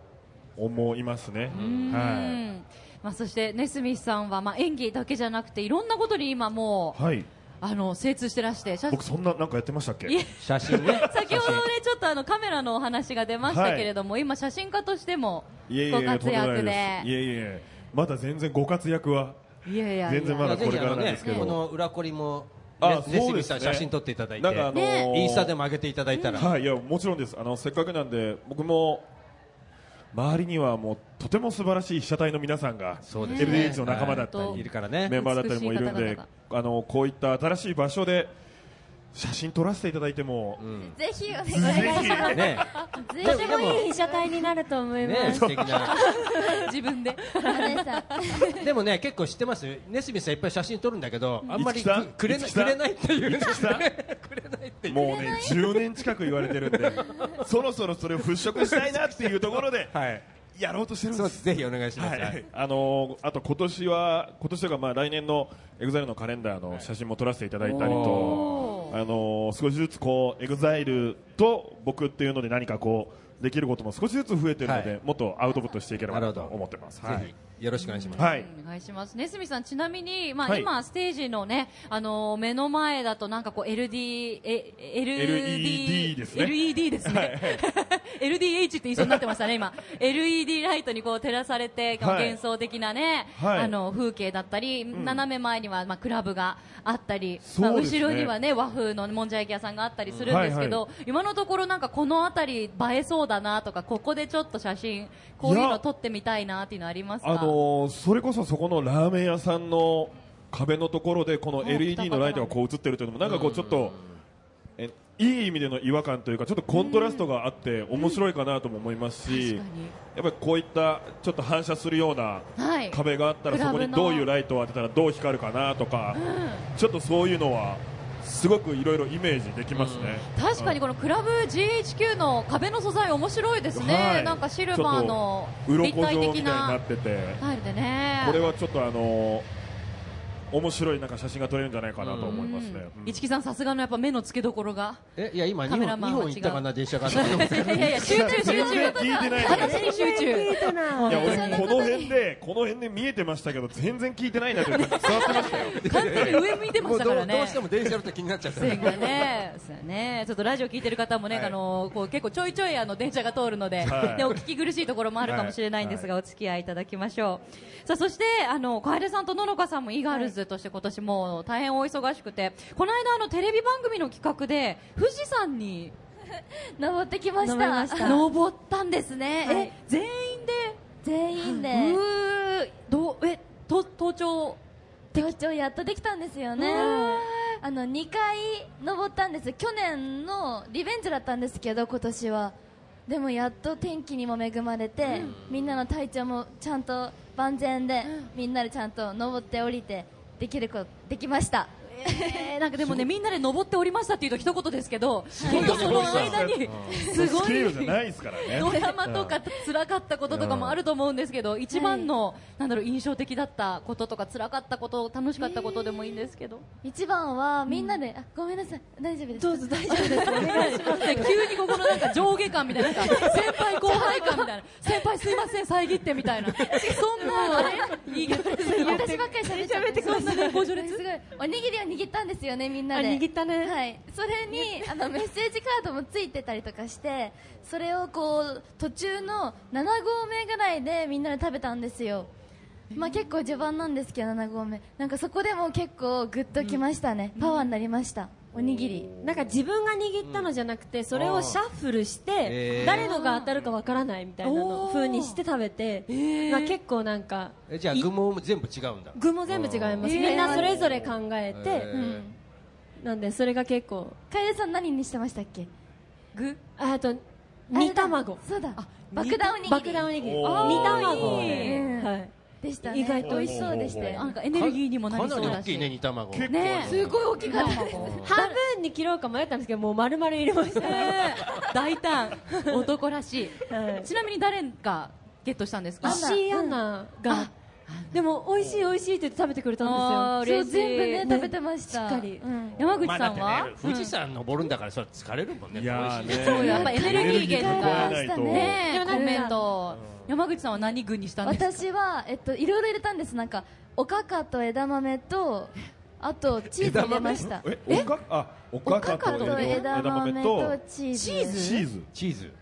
[SPEAKER 4] 思いますね。
[SPEAKER 3] う
[SPEAKER 4] は
[SPEAKER 3] んまあ、そしてネスミスさんはまあ演技だけじゃなくていろんなことに今も
[SPEAKER 4] い、はいう
[SPEAKER 3] あの精通してらして写
[SPEAKER 4] 僕そんななんかやってましたっけ
[SPEAKER 3] いえ
[SPEAKER 2] 写真ね。
[SPEAKER 3] 先ほどねちょっとあのカメラのお話が出ましたけれども、今写真家としても
[SPEAKER 4] いえいえ
[SPEAKER 3] ご活躍
[SPEAKER 4] とんもないすい
[SPEAKER 3] で
[SPEAKER 4] えいえまだ全然ご活躍は。
[SPEAKER 3] いやいやいや
[SPEAKER 4] 全然まだ
[SPEAKER 2] ぜ
[SPEAKER 4] こ
[SPEAKER 2] ひ
[SPEAKER 4] れ
[SPEAKER 2] あ
[SPEAKER 4] から
[SPEAKER 2] の
[SPEAKER 4] なん
[SPEAKER 2] ね
[SPEAKER 4] ですけど
[SPEAKER 2] この裏コリも
[SPEAKER 4] あそ
[SPEAKER 2] ね
[SPEAKER 4] うですね
[SPEAKER 2] ネスミスさん写真撮っていただい
[SPEAKER 4] なんかあ
[SPEAKER 2] て
[SPEAKER 4] の。ー
[SPEAKER 2] インスタでも上げていただいたら。
[SPEAKER 4] はい、いやもちろんですあのせっかくなんで僕も周りにはもうとても素晴らしい被写体の皆さんが、
[SPEAKER 2] そうですね
[SPEAKER 4] LDH の仲間だったり、
[SPEAKER 3] はい
[SPEAKER 2] いるからね
[SPEAKER 4] メンバーだったりもいるん
[SPEAKER 3] 美しい
[SPEAKER 4] で
[SPEAKER 3] 方々
[SPEAKER 4] あのこういった新しい場所で写真撮らせていただいても、
[SPEAKER 2] うん
[SPEAKER 7] ぜひお願いし
[SPEAKER 4] ぜひ
[SPEAKER 7] ま
[SPEAKER 2] ね
[SPEAKER 7] す。
[SPEAKER 2] で
[SPEAKER 7] ぜ
[SPEAKER 2] も
[SPEAKER 6] とてもいい被写体になると思いま
[SPEAKER 2] ね
[SPEAKER 6] す。
[SPEAKER 2] 素敵な
[SPEAKER 5] 自分で
[SPEAKER 7] ひ、マネさん。
[SPEAKER 2] でもね結構知ってますネスミスさんいっぱい写真撮るんだけどあんま
[SPEAKER 4] 五木
[SPEAKER 2] り
[SPEAKER 4] さん
[SPEAKER 2] くくれな
[SPEAKER 4] 五
[SPEAKER 2] い
[SPEAKER 4] 木さ
[SPEAKER 2] く
[SPEAKER 4] ん
[SPEAKER 2] れないっていうね
[SPEAKER 4] 五木さん
[SPEAKER 2] くれないっていう
[SPEAKER 4] もうね10年近く言われてるん でそろそろそれを払拭したいなっていうところで
[SPEAKER 2] はい
[SPEAKER 4] やろうとしてるん
[SPEAKER 2] そう
[SPEAKER 4] で
[SPEAKER 2] ですすぜひお願いしま
[SPEAKER 4] は
[SPEAKER 2] す、
[SPEAKER 4] い、あのーあと今年は今年というかまあ来年のエグザイルのカレンダーの写真も撮らせていただいたりと、あのー少しずつこうエグザイルと僕っていうので何かこうできることも少しずつ増えてるので、
[SPEAKER 2] はい
[SPEAKER 4] もっとアウトプットしていければなと
[SPEAKER 2] なるほど
[SPEAKER 4] 思ってます。は
[SPEAKER 2] ぜ
[SPEAKER 4] い、
[SPEAKER 2] ひよろしくお願いします、
[SPEAKER 4] はい、
[SPEAKER 3] お願いします。ねすみさん、ちなみに、まあ、
[SPEAKER 4] はい
[SPEAKER 3] 今、ステージのね、あのー、目の前だと、なんかこう、LD、え、
[SPEAKER 4] LED
[SPEAKER 3] LED
[SPEAKER 4] ですね
[SPEAKER 3] LED です ね。LDH って言いそうになってましたね、今。LED ライトにこう、照らされて、
[SPEAKER 4] はい
[SPEAKER 3] 幻想的なね、
[SPEAKER 4] はい
[SPEAKER 3] あの、風景だったり、斜め前には、まあ、クラブがあったり、
[SPEAKER 4] そう
[SPEAKER 3] まあ
[SPEAKER 4] ですね
[SPEAKER 3] 後ろにはね、和風のもんじゃ焼き屋さんがあったりするんですけど、
[SPEAKER 4] うん
[SPEAKER 3] 今のところなんかこの辺り映えそうだなとか、ここでちょっと写真、こういうの撮ってみたいなっていうのありますか
[SPEAKER 4] あのーそれこそそこのラーメン屋さんの壁のところでこの LED のライトがこう映ってるというのもなんかこうちょっとえいい意味での違和感というかちょっとコントラストがあって面白いかなとも思いますし、やっぱりこういったちょっと反射するような
[SPEAKER 3] はい
[SPEAKER 4] 壁があったら
[SPEAKER 3] ク
[SPEAKER 4] そ
[SPEAKER 3] ラブ
[SPEAKER 4] こ
[SPEAKER 3] の
[SPEAKER 4] にどういうライトを当てたらどう光るかなとか、ちょっとそういうのはすごくいろいろイメージできますね。
[SPEAKER 3] 確かにこのクラブ GHQ の壁の素材面白いですね、
[SPEAKER 4] はい
[SPEAKER 3] なんかシルバーの
[SPEAKER 4] ちょっと
[SPEAKER 3] 立
[SPEAKER 4] 鱗
[SPEAKER 3] 体
[SPEAKER 4] 状みたい
[SPEAKER 3] 的
[SPEAKER 4] にな
[SPEAKER 3] な
[SPEAKER 4] ってて
[SPEAKER 3] ス。タイルでね
[SPEAKER 4] これはちょっとあの面白いなんか写真が撮れるんじゃないかなと思いますね。
[SPEAKER 3] 一木さんさすがのやっぱ目の付けどころが
[SPEAKER 2] えいや今
[SPEAKER 3] カ
[SPEAKER 2] 2
[SPEAKER 3] メ
[SPEAKER 2] 本
[SPEAKER 3] ラマンは違う
[SPEAKER 2] 本行ったかな電車があったけど
[SPEAKER 3] いやいやいや集中集
[SPEAKER 4] 全然
[SPEAKER 3] 中
[SPEAKER 4] 聞いてないから。
[SPEAKER 3] 話に集中
[SPEAKER 6] 聞いてない
[SPEAKER 4] いや俺 この辺でこの辺で見えてましたけど全然聞いてないなって伝わってましたよ。
[SPEAKER 3] 完全に上向いてましたから
[SPEAKER 2] もうどうど
[SPEAKER 3] ね
[SPEAKER 2] うしても電車のと気になっちゃった
[SPEAKER 3] 線がね、そうやね、ちょっとラジオ聞いてる方もね、
[SPEAKER 4] はい
[SPEAKER 3] あのこう結構ちょいちょいあの電車が通るので、
[SPEAKER 4] はい
[SPEAKER 3] ねお聞き苦しいところもあるかもしれないんですが、お付き合いいただきましょう。さあそしてあの小出さんとののかさんもイーガールズとして今年もう大変お忙しくて、この間あのテレビ番組の企画で富士山に
[SPEAKER 7] 登ってきました。
[SPEAKER 6] 登りました
[SPEAKER 3] 登ったんですね。
[SPEAKER 7] はい
[SPEAKER 3] え全員で、
[SPEAKER 7] 全員で、
[SPEAKER 3] うーどうえと登頂
[SPEAKER 7] 登頂やっとできたんですよね。あの2回登ったんです去年のリベンジだったんですけど今年はでもやっと天気にも恵まれて、みんなの体調もちゃんと万全で、みんなでちゃんと登って降りてできることできました
[SPEAKER 3] えーなんかでもねみんなで登っておりましたっていうと一言ですけど、
[SPEAKER 4] ごい
[SPEAKER 3] 本当その間 にす
[SPEAKER 4] ス
[SPEAKER 3] ご
[SPEAKER 4] ケールじゃ
[SPEAKER 3] い。
[SPEAKER 4] ないですからね。
[SPEAKER 3] ドラマとか辛かったこととかもあると思うんですけど、一番の、なんだろう印象的だったこととか辛かったこと楽しかったことでもいいんですけど、
[SPEAKER 7] 一番はみんなで、あごめんなさい大丈夫です
[SPEAKER 6] どうぞ大丈夫です。お願いします。
[SPEAKER 3] ね急にここのなんか上下感みたいななんか先輩後輩感みたいな先輩すいません遮ってみたいなそんな言い方する
[SPEAKER 7] 私ばっかり喋っちゃって
[SPEAKER 3] そんなにご序
[SPEAKER 7] す
[SPEAKER 3] 列
[SPEAKER 7] ごいおにぎりを握ったんですよねみんなで
[SPEAKER 6] あ握ったね
[SPEAKER 7] はいそれにあのメッセージカードもついてたりとかしてそれをこう途中の7合目ぐらいでみんなで食べたんですよまあ結構序盤なんですけど7合目なんかそこでも結構グッときましたね、パワーになりましたおにぎり
[SPEAKER 6] なんか自分が握ったのじゃなくて、それをシャッフルし
[SPEAKER 2] え
[SPEAKER 6] て
[SPEAKER 2] ー
[SPEAKER 6] 誰のが当たるかわからないみたいなの
[SPEAKER 3] おー
[SPEAKER 6] 風にして食べて、まあ結構なんか
[SPEAKER 2] えじゃあ
[SPEAKER 6] い
[SPEAKER 2] 具も全部違うんだ
[SPEAKER 6] 具も全部違います。
[SPEAKER 3] えー
[SPEAKER 6] みんなそれぞれ考え
[SPEAKER 2] え
[SPEAKER 6] て、
[SPEAKER 2] ー
[SPEAKER 6] なんでそれが結構
[SPEAKER 7] 楓さん何にしてましたっけ
[SPEAKER 3] 具
[SPEAKER 6] ああと煮卵
[SPEAKER 7] そうだ爆弾おにぎり
[SPEAKER 6] 爆弾おにぎり煮
[SPEAKER 4] おー
[SPEAKER 6] 卵を
[SPEAKER 7] う
[SPEAKER 6] ね
[SPEAKER 7] ん
[SPEAKER 6] はい
[SPEAKER 7] でしたね
[SPEAKER 6] 意外と
[SPEAKER 7] 美味しそうでしたよ
[SPEAKER 3] なんかエネルギーにもな
[SPEAKER 2] か
[SPEAKER 3] り
[SPEAKER 2] な
[SPEAKER 3] そう
[SPEAKER 2] り
[SPEAKER 3] だ
[SPEAKER 2] 大き
[SPEAKER 3] し
[SPEAKER 2] いね煮卵
[SPEAKER 4] 結構
[SPEAKER 3] ね
[SPEAKER 4] あの
[SPEAKER 7] すごい大きかったです
[SPEAKER 6] 半分に切ろうか迷ったんですけどもう丸々入れました、
[SPEAKER 3] ね 大胆男らしい
[SPEAKER 6] はい
[SPEAKER 3] ちなみに誰がゲットしたんですか
[SPEAKER 6] 石井アナがでも美味しい美味しいって言って食べてくれた
[SPEAKER 3] あ
[SPEAKER 6] ん
[SPEAKER 3] ー
[SPEAKER 6] です
[SPEAKER 7] そ
[SPEAKER 6] よ
[SPEAKER 7] う全部ね
[SPEAKER 6] ね
[SPEAKER 7] 食べてました
[SPEAKER 6] しっかり
[SPEAKER 7] うん
[SPEAKER 3] 山口
[SPEAKER 2] まあ
[SPEAKER 3] さ
[SPEAKER 2] だっ
[SPEAKER 3] ん
[SPEAKER 2] て
[SPEAKER 3] は
[SPEAKER 2] ね、富士山登るんだからそれ疲れるもんね
[SPEAKER 4] いやー
[SPEAKER 2] 美味しい
[SPEAKER 4] ね。
[SPEAKER 3] そうやっぱエネルギー源とか
[SPEAKER 4] エネルギー
[SPEAKER 7] う
[SPEAKER 4] 源がな
[SPEAKER 7] ん
[SPEAKER 4] い
[SPEAKER 3] ねえ
[SPEAKER 6] でもなん
[SPEAKER 3] コ
[SPEAKER 6] か
[SPEAKER 3] メント山口さんは何具にしたんですか
[SPEAKER 7] 私は、えっと、いろいろ入れたんですなんかおかかと枝豆とあとチーズ入れました
[SPEAKER 4] とえ、おかあお
[SPEAKER 7] お
[SPEAKER 4] か
[SPEAKER 7] か
[SPEAKER 4] か
[SPEAKER 7] か
[SPEAKER 4] と
[SPEAKER 7] と枝
[SPEAKER 4] 枝豆と
[SPEAKER 7] 豆とチーズ
[SPEAKER 3] チ
[SPEAKER 4] チ
[SPEAKER 3] ー
[SPEAKER 4] ーズ。
[SPEAKER 2] チーズ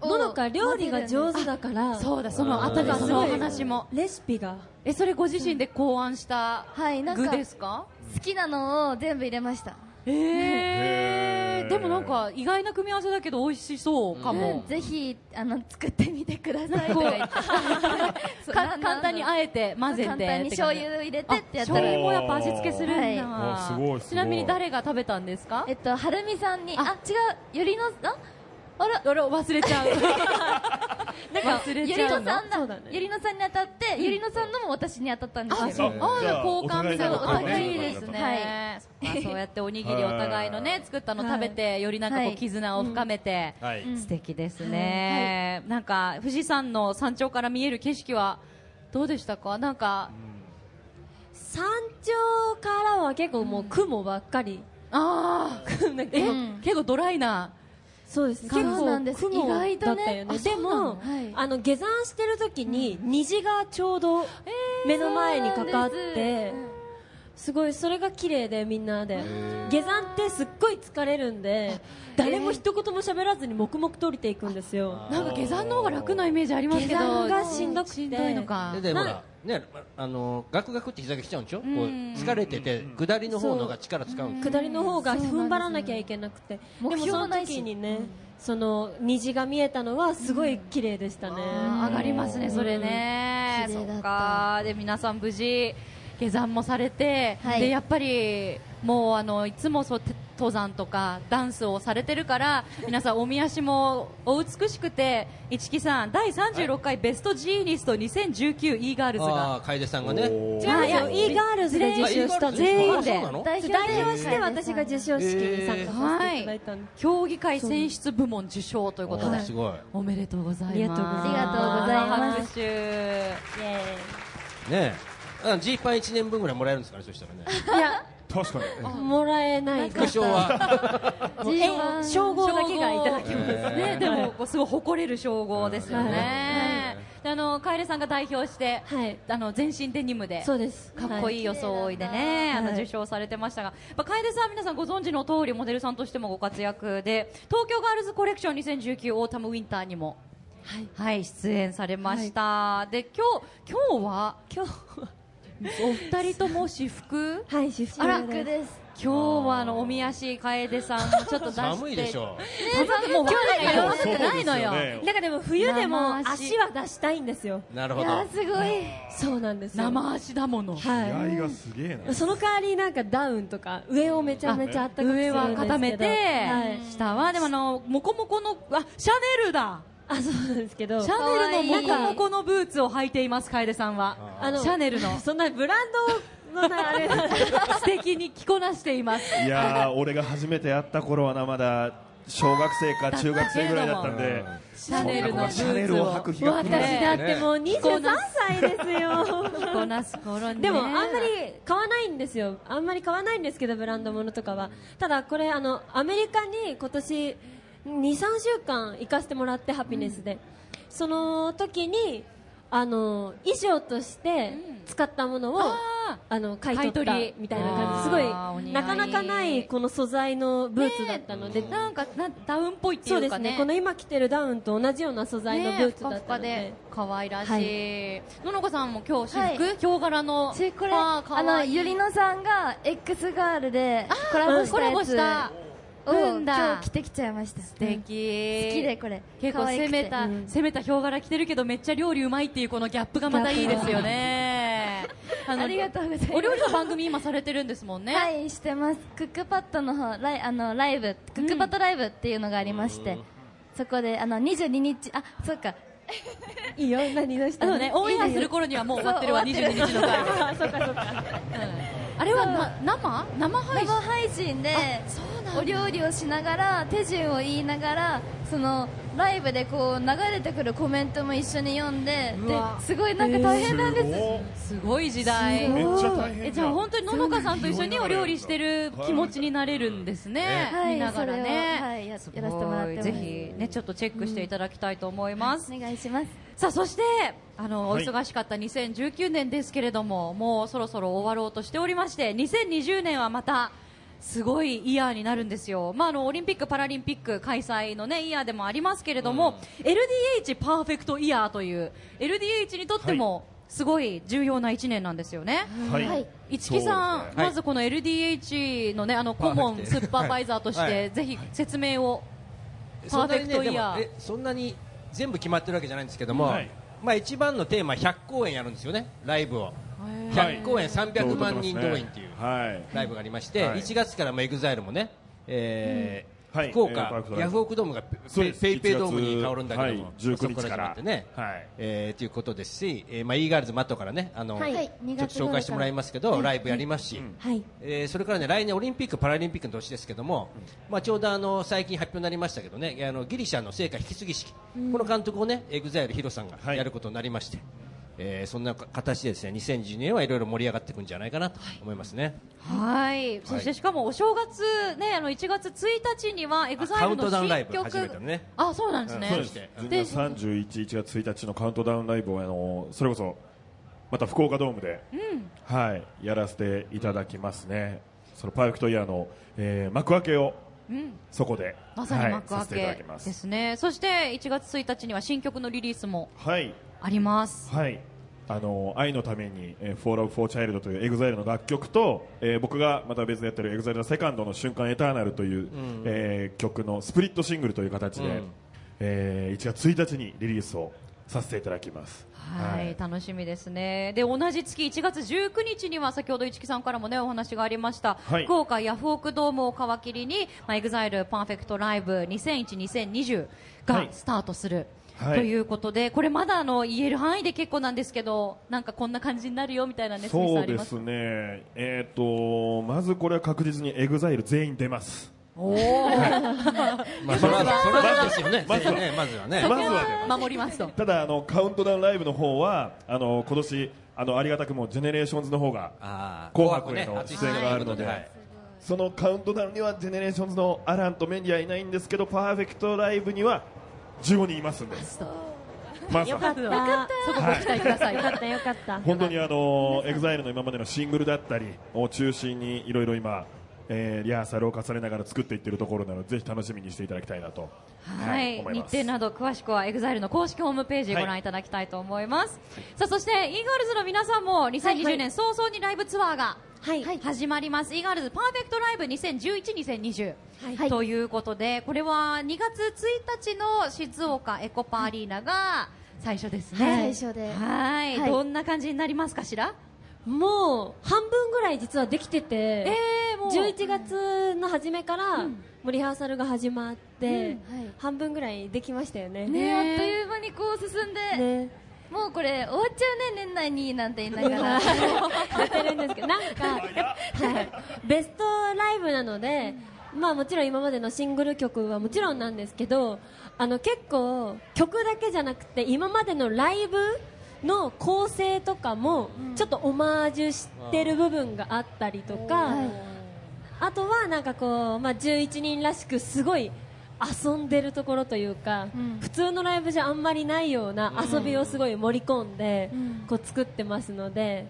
[SPEAKER 7] を
[SPEAKER 6] ののか料理が上手だから
[SPEAKER 3] そうだその後
[SPEAKER 2] 後
[SPEAKER 3] で
[SPEAKER 2] で
[SPEAKER 3] そ
[SPEAKER 2] そ
[SPEAKER 3] の
[SPEAKER 2] の
[SPEAKER 3] お
[SPEAKER 2] お
[SPEAKER 3] 話
[SPEAKER 2] 話
[SPEAKER 3] も
[SPEAKER 6] レシピが
[SPEAKER 3] えそれご自身で考案した
[SPEAKER 7] はいなん
[SPEAKER 3] 具
[SPEAKER 7] か
[SPEAKER 3] ですか
[SPEAKER 7] 好きなのを全部入れました
[SPEAKER 3] え
[SPEAKER 4] へー
[SPEAKER 3] ー、でもなんか意外な組み合わせだけど美味しそうかも、
[SPEAKER 7] ぜひあの作ってみてくださいと
[SPEAKER 3] こ
[SPEAKER 7] か
[SPEAKER 3] う
[SPEAKER 7] 言って
[SPEAKER 3] か簡単にあえて混ぜて
[SPEAKER 7] 簡単に醤油入れてってやった
[SPEAKER 3] あ醤
[SPEAKER 7] ら
[SPEAKER 3] 油もやっぱ味付けするんだ、
[SPEAKER 7] はい
[SPEAKER 4] あすごいすごい
[SPEAKER 3] ちなみに誰が食べたんですか
[SPEAKER 7] えっとはるみさんにあ
[SPEAKER 3] あ
[SPEAKER 7] 違うよりのああら
[SPEAKER 3] あら忘れちゃうなんか忘
[SPEAKER 7] ゆ
[SPEAKER 3] れ
[SPEAKER 7] り
[SPEAKER 3] ちゃう
[SPEAKER 7] の
[SPEAKER 3] の
[SPEAKER 7] さんだ
[SPEAKER 6] そうだね
[SPEAKER 7] ゆりのさんに当たって、ゆりのさんのも私に当たったんですよ
[SPEAKER 3] あそう
[SPEAKER 4] あ
[SPEAKER 3] あ
[SPEAKER 4] じ
[SPEAKER 3] じゃ
[SPEAKER 4] ゃあ
[SPEAKER 3] あ交換みたいな
[SPEAKER 4] お
[SPEAKER 3] お
[SPEAKER 4] 互い
[SPEAKER 3] 互
[SPEAKER 4] に
[SPEAKER 3] いいいですね、そっかそうやっておにぎりお互いのね作ったの食べてよりなんかこ
[SPEAKER 7] は
[SPEAKER 3] う
[SPEAKER 7] い
[SPEAKER 3] 絆を深めて、
[SPEAKER 2] はい
[SPEAKER 3] 素敵ですね、なんか富士山の山頂から見える景色はどうでしたかなんか
[SPEAKER 6] 山頂からは結構もう雲ばっかり、
[SPEAKER 3] ああ
[SPEAKER 6] なんか
[SPEAKER 3] え、
[SPEAKER 7] うん
[SPEAKER 3] 結構ドライな
[SPEAKER 6] そうです結
[SPEAKER 7] そうな
[SPEAKER 6] 構
[SPEAKER 7] んです
[SPEAKER 6] 雲だったよね
[SPEAKER 7] 意外とねあ
[SPEAKER 6] でも、
[SPEAKER 7] そうなのはい
[SPEAKER 6] あの下山してる時に虹がちょうど目の前にかかって、すごいそれが綺麗でみんなで下山ってすっごい疲れるんで誰も一言も喋らずに黙々と降りていくんですよ、
[SPEAKER 3] なんか下山の方が楽なイメージありますけど
[SPEAKER 6] 下山がしんどくて
[SPEAKER 3] しんどいのか
[SPEAKER 2] ででほ
[SPEAKER 6] な
[SPEAKER 2] らねあのガクガクって膝が来ちゃうんでしょ、こう
[SPEAKER 3] うん
[SPEAKER 2] 疲れてて下りの方のが力使うんですよ
[SPEAKER 6] 下りの方が踏ん張らなきゃいけなくてで
[SPEAKER 7] 目
[SPEAKER 6] も
[SPEAKER 7] 標
[SPEAKER 6] そ
[SPEAKER 7] も
[SPEAKER 6] の
[SPEAKER 7] ないし
[SPEAKER 6] 時にね、その虹が見えたのはすごい綺麗でしたね、
[SPEAKER 3] あー上がりますね、それね、
[SPEAKER 7] うん綺麗だ
[SPEAKER 3] そ
[SPEAKER 7] っ
[SPEAKER 3] ったかで皆さん無事下山もされて、
[SPEAKER 7] はい
[SPEAKER 3] でやっぱりもうあのいつもそうて登山とかダンスをされてるから皆さんおみ足もお美しくて一木さん第36回ベストジーニスト 2019e ガールズ
[SPEAKER 2] あ
[SPEAKER 3] が
[SPEAKER 2] あ楓さんがね
[SPEAKER 4] おー
[SPEAKER 6] 違いますよ
[SPEAKER 3] あいや
[SPEAKER 6] e ガールズで受賞した
[SPEAKER 3] 全員で
[SPEAKER 2] あそうなの
[SPEAKER 7] 代表
[SPEAKER 6] 代表して私が授賞式に参加させていただいたんで、
[SPEAKER 3] 競技会選出部門受賞ということで
[SPEAKER 2] あーすごい
[SPEAKER 3] おめでとうございます
[SPEAKER 6] ありがとうございます
[SPEAKER 7] ありがとうございます
[SPEAKER 3] 拍手
[SPEAKER 2] ねえあジーパン1年分ぐらいもらえるんですかねそしたらね
[SPEAKER 4] 確かに
[SPEAKER 6] もらえない
[SPEAKER 2] 副賞は
[SPEAKER 6] もうえ称号だけがいただきます、
[SPEAKER 3] ね、でもこうすごい誇れる称号ですよね。であのカエルさんが代表して、
[SPEAKER 6] はい
[SPEAKER 3] あの全身デニムで。
[SPEAKER 6] そうです
[SPEAKER 3] かっこいい装いでね、あの受賞されてましたが、まあ、楓さんは皆さんご存知の通りモデルさんとしてもご活躍で東京ガールズコレクション2019オータムウィンターにも、はい出演されました、で今日今日は
[SPEAKER 6] 今日
[SPEAKER 3] お二人とも私服
[SPEAKER 6] はい私服
[SPEAKER 3] あら
[SPEAKER 7] 楽です
[SPEAKER 3] 今日はあのおみ足楓さんもちょっと出して
[SPEAKER 2] 寒いでしょ
[SPEAKER 3] 寒くもう今日なんか
[SPEAKER 4] そう
[SPEAKER 3] 柔らかくないのよ
[SPEAKER 4] そうですよね
[SPEAKER 6] なんかでも冬でも
[SPEAKER 3] 生足
[SPEAKER 6] 足は出したいんですよ
[SPEAKER 2] うなる
[SPEAKER 7] い
[SPEAKER 2] ほ
[SPEAKER 7] や
[SPEAKER 2] ど
[SPEAKER 7] ーすごい
[SPEAKER 6] そうなんですよ
[SPEAKER 3] 生足だもの
[SPEAKER 4] 気
[SPEAKER 6] は
[SPEAKER 4] 合がすげえない
[SPEAKER 6] その代わりなんかダウンとか上をめちゃめちゃあったかくするん
[SPEAKER 3] 上
[SPEAKER 6] ですけど
[SPEAKER 3] は固めて、
[SPEAKER 6] はい、
[SPEAKER 3] 下はでもあのモコモコのあシャネルだ
[SPEAKER 6] あそうなんですけど
[SPEAKER 3] シャネルのモコモコのブーツを履いています楓さんは
[SPEAKER 6] あの
[SPEAKER 3] シャネルの
[SPEAKER 6] そんなブランドのなあれなんで
[SPEAKER 3] 素敵に着こなしています
[SPEAKER 4] いやー俺が初めて会った頃はなまだ小学生か中学生ぐらいだったんで
[SPEAKER 3] シャネル
[SPEAKER 4] そん
[SPEAKER 3] の
[SPEAKER 4] な子が
[SPEAKER 3] ブ
[SPEAKER 4] シャネ
[SPEAKER 3] ーツ
[SPEAKER 4] ルを履
[SPEAKER 3] を
[SPEAKER 4] く日が来
[SPEAKER 6] 私
[SPEAKER 4] るなんて
[SPEAKER 6] だってもう23歳ですよ
[SPEAKER 3] 着こなす頃に
[SPEAKER 6] でもあんまり買わないんですよ、あんまり買わないんですけど、ブランドものとかは、ただこれ、あのアメリカに今年2、3週間行かせてもらって、ハピネスで、その時にあの衣装として使ったものを、
[SPEAKER 3] あー
[SPEAKER 6] あの買い取った
[SPEAKER 3] 買い取り
[SPEAKER 6] みたいな感じ、
[SPEAKER 3] あーお
[SPEAKER 6] すご
[SPEAKER 3] 似合
[SPEAKER 6] い
[SPEAKER 3] い
[SPEAKER 6] なかなかないこの素材のブーツだったので、
[SPEAKER 3] なんかなダウンっぽいってい
[SPEAKER 6] そう
[SPEAKER 3] う
[SPEAKER 6] で
[SPEAKER 3] か
[SPEAKER 6] す
[SPEAKER 3] ね
[SPEAKER 6] ね、この今着てるダウンと同じような素材のブーツだ
[SPEAKER 3] ねふか
[SPEAKER 6] った
[SPEAKER 3] ふか
[SPEAKER 6] ので
[SPEAKER 3] で。可愛らしい、
[SPEAKER 6] は
[SPEAKER 3] ののかさんも今日私服、
[SPEAKER 7] は
[SPEAKER 3] ヒョウ柄の
[SPEAKER 7] ちこれ
[SPEAKER 3] あー可
[SPEAKER 7] あの
[SPEAKER 3] 愛い
[SPEAKER 7] ゆりのさんが X ガールでコラボし
[SPEAKER 3] コ
[SPEAKER 7] た
[SPEAKER 3] ラ
[SPEAKER 7] や
[SPEAKER 3] ボ
[SPEAKER 7] つ
[SPEAKER 3] した
[SPEAKER 7] を
[SPEAKER 3] うんだ
[SPEAKER 7] 今日着てきちゃいました素
[SPEAKER 3] 素敵、好き
[SPEAKER 7] 好きでこれ
[SPEAKER 3] 結構
[SPEAKER 7] 可愛くて
[SPEAKER 3] 攻めた、攻めたヒョウ柄着てるけどめっちゃ料理うまいっていうこのギャップがまたいいですよねあの
[SPEAKER 7] ありがとうございます
[SPEAKER 3] お料理の番組今されてるんですもんね、
[SPEAKER 7] はいしてますクックパッドの方ライあのライブクックパッドライブっていうのがありまして、そこであの22日あそうか
[SPEAKER 6] いいよ、何のした
[SPEAKER 3] あ
[SPEAKER 6] の
[SPEAKER 3] のねオンエアする頃にはもう終わってるわ
[SPEAKER 7] そう終わ
[SPEAKER 3] 22
[SPEAKER 7] ってる
[SPEAKER 3] 日の回、
[SPEAKER 6] あそうかそうか
[SPEAKER 3] あれはな生生配信
[SPEAKER 7] 生配信でお料理をしながら手順を言いながらそのライブでこう流れてくるコメントも一緒に読んで
[SPEAKER 3] うわ
[SPEAKER 7] ですごいなんか大変なんです、
[SPEAKER 3] すごい時代
[SPEAKER 4] めっちゃ大変
[SPEAKER 3] えじゃあ本当にののかさんと一緒にお料理してる気持ちになれるんですね、
[SPEAKER 7] はい
[SPEAKER 3] 見ながらね、
[SPEAKER 7] それをはいややらせてもらってます
[SPEAKER 3] すごいぜひねちょっとチェックしていただきたいと思います、
[SPEAKER 7] お願いします
[SPEAKER 3] さあそしてあの、
[SPEAKER 4] はい
[SPEAKER 3] お忙しかった2019年ですけれどももうそろそろ終わろうとしておりまして2020年はまたすごいイヤーになるんですよ、まあ、あのオリンピック・パラリンピック開催の、ね、イヤーでもありますけれども、LDH パーフェクトイヤーという LDH にとってもすごい重要な1年なんですよね。
[SPEAKER 4] はい
[SPEAKER 7] はい
[SPEAKER 3] 市木さん、
[SPEAKER 2] ねはい
[SPEAKER 3] まずこの LDH のねあの顧問
[SPEAKER 2] パー
[SPEAKER 3] ス
[SPEAKER 2] フェクト
[SPEAKER 3] ーパーバイザーとして、
[SPEAKER 2] はい
[SPEAKER 3] ぜひ説明を、パーフェクトイヤー
[SPEAKER 2] そんなにねでもえそんなに全部決まってるわけじゃないんですけども、
[SPEAKER 4] はい
[SPEAKER 2] まあ、一番のテーマ100公演やるんですよねライブを100公演300万人動員っていう
[SPEAKER 4] はい
[SPEAKER 2] ライブがありまして、
[SPEAKER 4] はい
[SPEAKER 2] 1月からも EXILE もね、えー
[SPEAKER 4] はい
[SPEAKER 2] 福
[SPEAKER 4] えーパー
[SPEAKER 2] 岡
[SPEAKER 4] クドライ、ブ
[SPEAKER 2] ヤフオクドームがペ
[SPEAKER 4] そう
[SPEAKER 2] ペ
[SPEAKER 4] です
[SPEAKER 2] ペイペイドームに変わるんだけども、
[SPEAKER 4] はい19
[SPEAKER 2] そこから
[SPEAKER 4] 日から
[SPEAKER 2] 始まってね、
[SPEAKER 4] はい
[SPEAKER 2] えーということですし、えーまあ、e−girls マットからねあの、
[SPEAKER 7] はい
[SPEAKER 2] ちょっと紹介してもらいますけど、ライブやりますし、
[SPEAKER 6] はい
[SPEAKER 2] えーそれからね来年オリンピック・パラリンピックの年ですけども、まあちょうどあの最近発表になりましたけどねあのギリシャの聖火引き継ぎ式、この監督をねエグザイルヒロさん
[SPEAKER 4] は
[SPEAKER 2] が
[SPEAKER 4] い
[SPEAKER 2] やることになりまして、えーそんな形でですね2012年はいろいろ盛り上がっていくんじゃないかなと思いますね。
[SPEAKER 3] はいそしてしかもお正月ねあの1月1日にはエグザ
[SPEAKER 2] カ
[SPEAKER 3] イ
[SPEAKER 2] ウ
[SPEAKER 3] ル
[SPEAKER 2] ン
[SPEAKER 3] の
[SPEAKER 2] トダウンライ
[SPEAKER 3] 新
[SPEAKER 2] ブ初めて
[SPEAKER 3] 曲
[SPEAKER 2] のね。
[SPEAKER 3] あそうなんですね、
[SPEAKER 4] そうです
[SPEAKER 2] うん
[SPEAKER 4] 12月31、1月1日のカウントダウンライブをあのそれこそまた福岡ドームで、はい、やらせていただきますね、そのパーフェクトイヤーの、えー幕開けを、そこで、
[SPEAKER 3] まさに幕
[SPEAKER 4] はい、さ
[SPEAKER 3] 開
[SPEAKER 4] せていただ
[SPEAKER 3] け
[SPEAKER 4] きま。
[SPEAKER 3] ですすね、そして1月1日には新曲のリリースも
[SPEAKER 4] はい
[SPEAKER 3] あります
[SPEAKER 4] はいあの愛のために、えー、For Love for Child という EXILE の楽曲と、えー僕がまた別でやってる EXILE のセカンドの瞬間エターナルという、えー曲のスプリットシングルという形で、
[SPEAKER 2] うん
[SPEAKER 4] えー1月1日にリリースをさせていただきます。
[SPEAKER 3] はい、楽しみですねで同じ月1月19日には先ほど市木さんからもねお話がありました、
[SPEAKER 4] はい
[SPEAKER 3] 福岡ヤフオクドームを皮切りに、まあ、EXILE パーフェクトライブ2001-2020
[SPEAKER 4] は
[SPEAKER 3] が
[SPEAKER 4] い
[SPEAKER 3] スタートする、
[SPEAKER 4] はい
[SPEAKER 3] ということでこれまだあの言える範囲で結構なんですけどなんかこんな感じになるよみたいなねスミス
[SPEAKER 4] そう
[SPEAKER 3] あり
[SPEAKER 4] で
[SPEAKER 3] ます
[SPEAKER 4] すね、えー、とまずこれは確実にエグザイル全員出ます、
[SPEAKER 3] おー
[SPEAKER 2] まあそれはそれはそうですよね。
[SPEAKER 4] ま
[SPEAKER 2] ま
[SPEAKER 4] ず
[SPEAKER 2] ず
[SPEAKER 4] は
[SPEAKER 2] はねまずは
[SPEAKER 4] ま
[SPEAKER 2] ね。
[SPEAKER 4] ずは
[SPEAKER 3] 守りますと
[SPEAKER 4] ただあの、カウントダウンライブの方はあの今年あのありがたくもジェネレーションズの方が
[SPEAKER 2] あー
[SPEAKER 4] 紅白への
[SPEAKER 2] 紅白ね
[SPEAKER 4] 出演があるので、
[SPEAKER 2] はい
[SPEAKER 4] そのカウントダウンにはジェネレーションズのアランとメンディアいないんですけどパーフェクトライブには15人いますんで、まず
[SPEAKER 6] よか
[SPEAKER 4] は
[SPEAKER 6] ったよかっ
[SPEAKER 3] そこご期待ください、
[SPEAKER 6] よかったよかった
[SPEAKER 4] 本当にあのエグザイルの今までのシングルだったりを中心にいろいろ今、えーリハーサルを重ねながら作っていってるところなのでぜひ楽しみにしていただきたいなと、
[SPEAKER 3] はい、
[SPEAKER 4] 思い
[SPEAKER 3] 日
[SPEAKER 4] ます
[SPEAKER 3] 程など詳しくは EXILE の公式ホームページご覧いただきたいと思います、さあそして e−girls の皆さんも2020年早々にライブツアーが
[SPEAKER 6] はいはい
[SPEAKER 3] 始まります、e−girls パーフェクトライブ2011-2020、
[SPEAKER 7] はい
[SPEAKER 3] ということでこれは2月1日の静岡エコパアリーナが最初ですね、
[SPEAKER 7] はい最初で
[SPEAKER 3] はい
[SPEAKER 7] はい
[SPEAKER 3] どんな感じになりますかしら
[SPEAKER 6] もう半分ぐらい実はできてて
[SPEAKER 3] えー、もう
[SPEAKER 6] 11月の初めからもうリハーサルが始まって
[SPEAKER 7] うんはい
[SPEAKER 6] 半分ぐらいできましたよね
[SPEAKER 7] ねあっという間にこう進んで、
[SPEAKER 6] ね
[SPEAKER 7] もうこれ終わっちゃうね年内になんて言いながら
[SPEAKER 6] やってるんですけどなんか、はい、ベストライブなので、まあもちろん今までのシングル曲はもちろんなんですけどあの結構曲だけじゃなくて今までのライブの構成とかもちょっとオマージュしてる部分があったりとか、あとはなんかこう、まあ、11人らしくすごい遊んでるところというか、
[SPEAKER 7] ん
[SPEAKER 6] 普通のライブじゃあんまりないような遊びをすごい盛り込んで、こう作ってますので、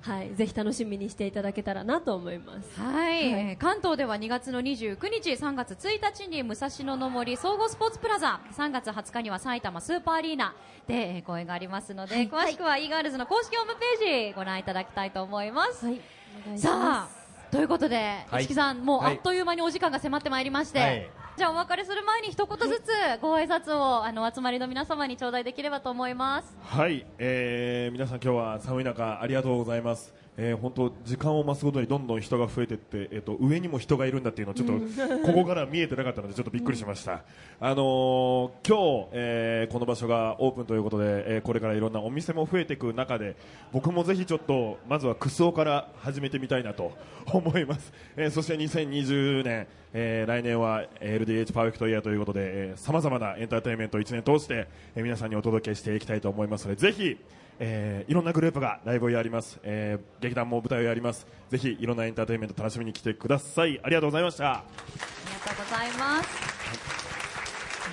[SPEAKER 6] はい、ぜひ楽しみにしていただけたらなと思います。
[SPEAKER 3] はい、えー関東では2月の29日、3月1日に武蔵野の森総合スポーツプラザ、3月20日には埼玉スーパーアリーナでえー公演がありますので、詳しくは e ガールズの公式ホームページご覧いただきたいと思います。
[SPEAKER 6] はい、お願いし
[SPEAKER 3] さあ
[SPEAKER 6] ま、
[SPEAKER 3] ということで、
[SPEAKER 2] はい
[SPEAKER 3] 市木さん、もうあ
[SPEAKER 2] はい
[SPEAKER 3] っという間にお時間が迫ってまいりまして、
[SPEAKER 2] はい
[SPEAKER 3] じゃあお別れする前に一言ずつご挨拶をあのお集まりの皆様に頂戴できればと思います。
[SPEAKER 4] はい、えー皆さん今日は寒い中ありがとうございます。えー本当時間を増すごとにどんどん人が増えていって、えっと上にも人がいるんだっていうのをちょっと ここから見えてなかったのでちょっとびっくりしました、あのー今日、えーこの場所がオープンということで、えーこれからいろんなお店も増えていく中で僕もぜひちょっとまずはクスオから始めてみたいなと思います、えーそして2020年、えー来年は LDH パーフェクトイヤーということでさまざまなエンターテインメントを1年通して、えー皆さんにお届けしていきたいと思いますのでぜひ、えーいろんなグループがライブをやります、えー劇団も舞台をやりますぜひいろんなエンターテインメント楽しみに来てくださいありがとうございました
[SPEAKER 3] ありがとうございます。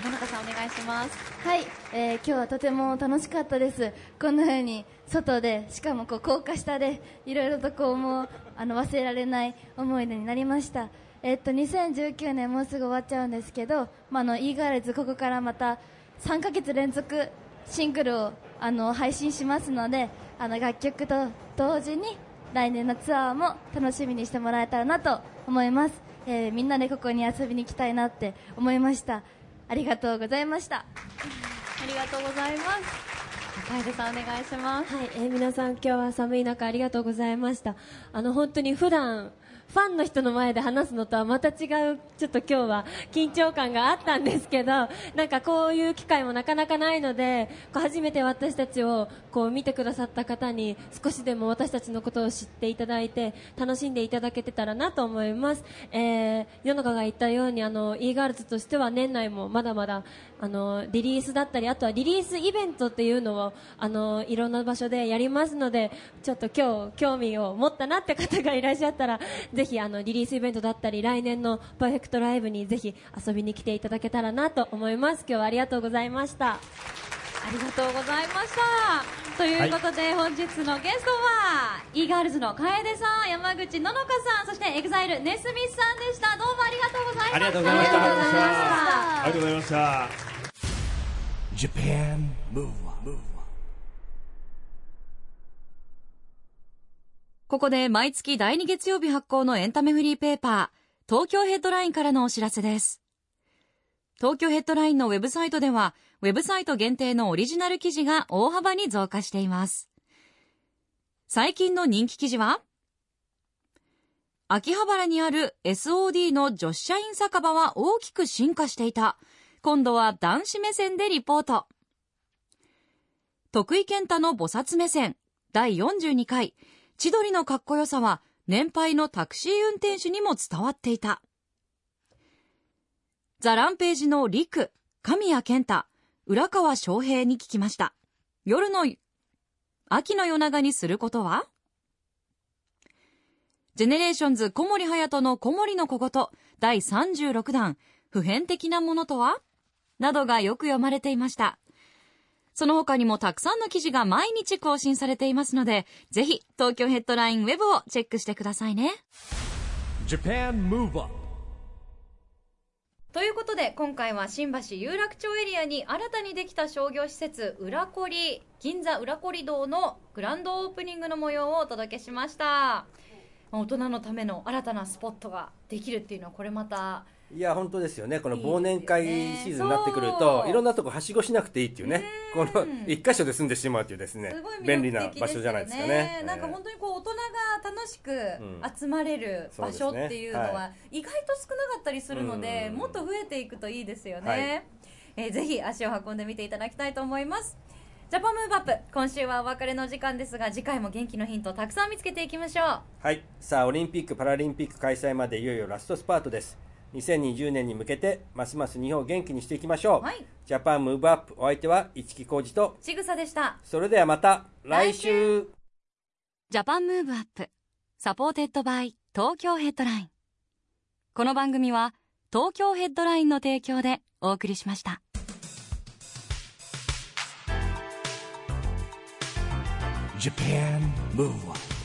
[SPEAKER 3] 野中さんお願いします。
[SPEAKER 7] はい、えー今日はとても楽しかったですこんな風に外でしかもこう高架下でいろいろとこうもうあの忘れられない思い出になりましたえっと2019年もうすぐ終わっちゃうんですけど、まあ、あの e ガールズここからまた3ヶ月連続シングルをあの配信しますのであの楽曲と同時に来年のツアーも楽しみにしてもらえたらなと思います、えーみんなでここに遊びに来たいなって思いましたありがとうございました
[SPEAKER 8] ありがとうございます楓さんお願いします
[SPEAKER 6] はい、えー皆さん今日は寒い中ありがとうございましたあの本当に普段ファンの人の前で話すのとはまた違うちょっと今日は緊張感があったんですけどなんかこういう機会もなかなかないのでこう初めて私たちをこう見てくださった方に少しでも私たちのことを知っていただいて楽しんでいただけてたらなと思います、えー世の中が言ったようにあの e ガールズとしては年内もまだまだあのリリースだったりあとはリリースイベントっていうのをあのいろんな場所でやりますのでちょっと今日興味を持ったなって方がいらっしゃったらぜひあのリリースイベントだったり来年のパーフェクトライブにぜひ遊びに来ていただけたらなと思います今日はありがとうございました
[SPEAKER 8] ありがとうございましたということで、本日のゲストは e ガールズの楓さん山口ののかさんそして EXILE ネスミスさんでしたどうもありがとうございました
[SPEAKER 2] ありがとうございました
[SPEAKER 8] ありがとうございました
[SPEAKER 4] ありがとうございました
[SPEAKER 9] Japan Move Up
[SPEAKER 3] ここで毎月第2月曜日発行のエンタメフリーペーパー、東京ヘッドラインからのお知らせです。東京ヘッドラインのウェブサイトでは、ウェブサイト限定のオリジナル記事が大幅に増加しています。最近の人気記事は、秋葉原にある SOD の女子社員酒場は大きく進化していた。今度は男子目線でリポート。徳井健太の菩薩目線第42回千鳥のかっこよさは年配のタクシー運転手にも伝わっていたザ・ランページの陸神谷健太浦川翔平に聞きました夜の秋の夜長にすることはジェネレーションズ小森隼人の小森の小言第36弾普遍的なものとはなどがよく読まれていましたその他にもたくさんの記事が毎日更新されていますので、ぜひ東京ヘッドラインウェブをチェックしてくださいね。
[SPEAKER 9] Japan Move Up
[SPEAKER 8] ということで今回は新橋有楽町エリアに新たにできた商業施設裏コリ銀座裏コリ堂のグランドオープニングの模様をお届けしましたまあ大人のための新たなスポットができるっていうのはこれまた
[SPEAKER 2] いや本当ですよねこの
[SPEAKER 8] いいですよ
[SPEAKER 2] 忘
[SPEAKER 8] ね
[SPEAKER 2] 年会シーズンになってくると
[SPEAKER 8] そう
[SPEAKER 2] いろんなとこはしごしなくていいっていうねこの一箇所で済んでしまうっていうですね
[SPEAKER 8] すごい
[SPEAKER 2] 便
[SPEAKER 8] 魅
[SPEAKER 2] 利
[SPEAKER 8] 力
[SPEAKER 2] な
[SPEAKER 8] 的ですよね
[SPEAKER 2] 場所じゃないですかね
[SPEAKER 8] なんか
[SPEAKER 2] えー
[SPEAKER 8] 本当にこう大人が楽しく集まれる
[SPEAKER 2] うん
[SPEAKER 8] 場所
[SPEAKER 2] そうですね
[SPEAKER 8] っていうのは意外と少なかったりするので、
[SPEAKER 2] うん
[SPEAKER 8] もっと増えていくといいですよね、
[SPEAKER 2] はい
[SPEAKER 8] えーぜひ足を運んでみていただきたいと思いますジャパンムーブアップ今週はお別れの時間ですが次回も元気のヒントをたくさん見つけていきましょう
[SPEAKER 2] はい、さあオリンピック・パラリンピック開催までいよいよラストスパートです2020年に向けてますます日本を元気にしていきましょう、
[SPEAKER 8] はい
[SPEAKER 2] ジャパンムーブアップお相手は市木浩二と
[SPEAKER 8] ちぐさでした
[SPEAKER 2] それではまた来週
[SPEAKER 3] ジャパンムーブアップサポーテッドバイ東京ヘッドラインこの番組は東京ヘッドラインの提供でお送りしました
[SPEAKER 9] Japan Move Up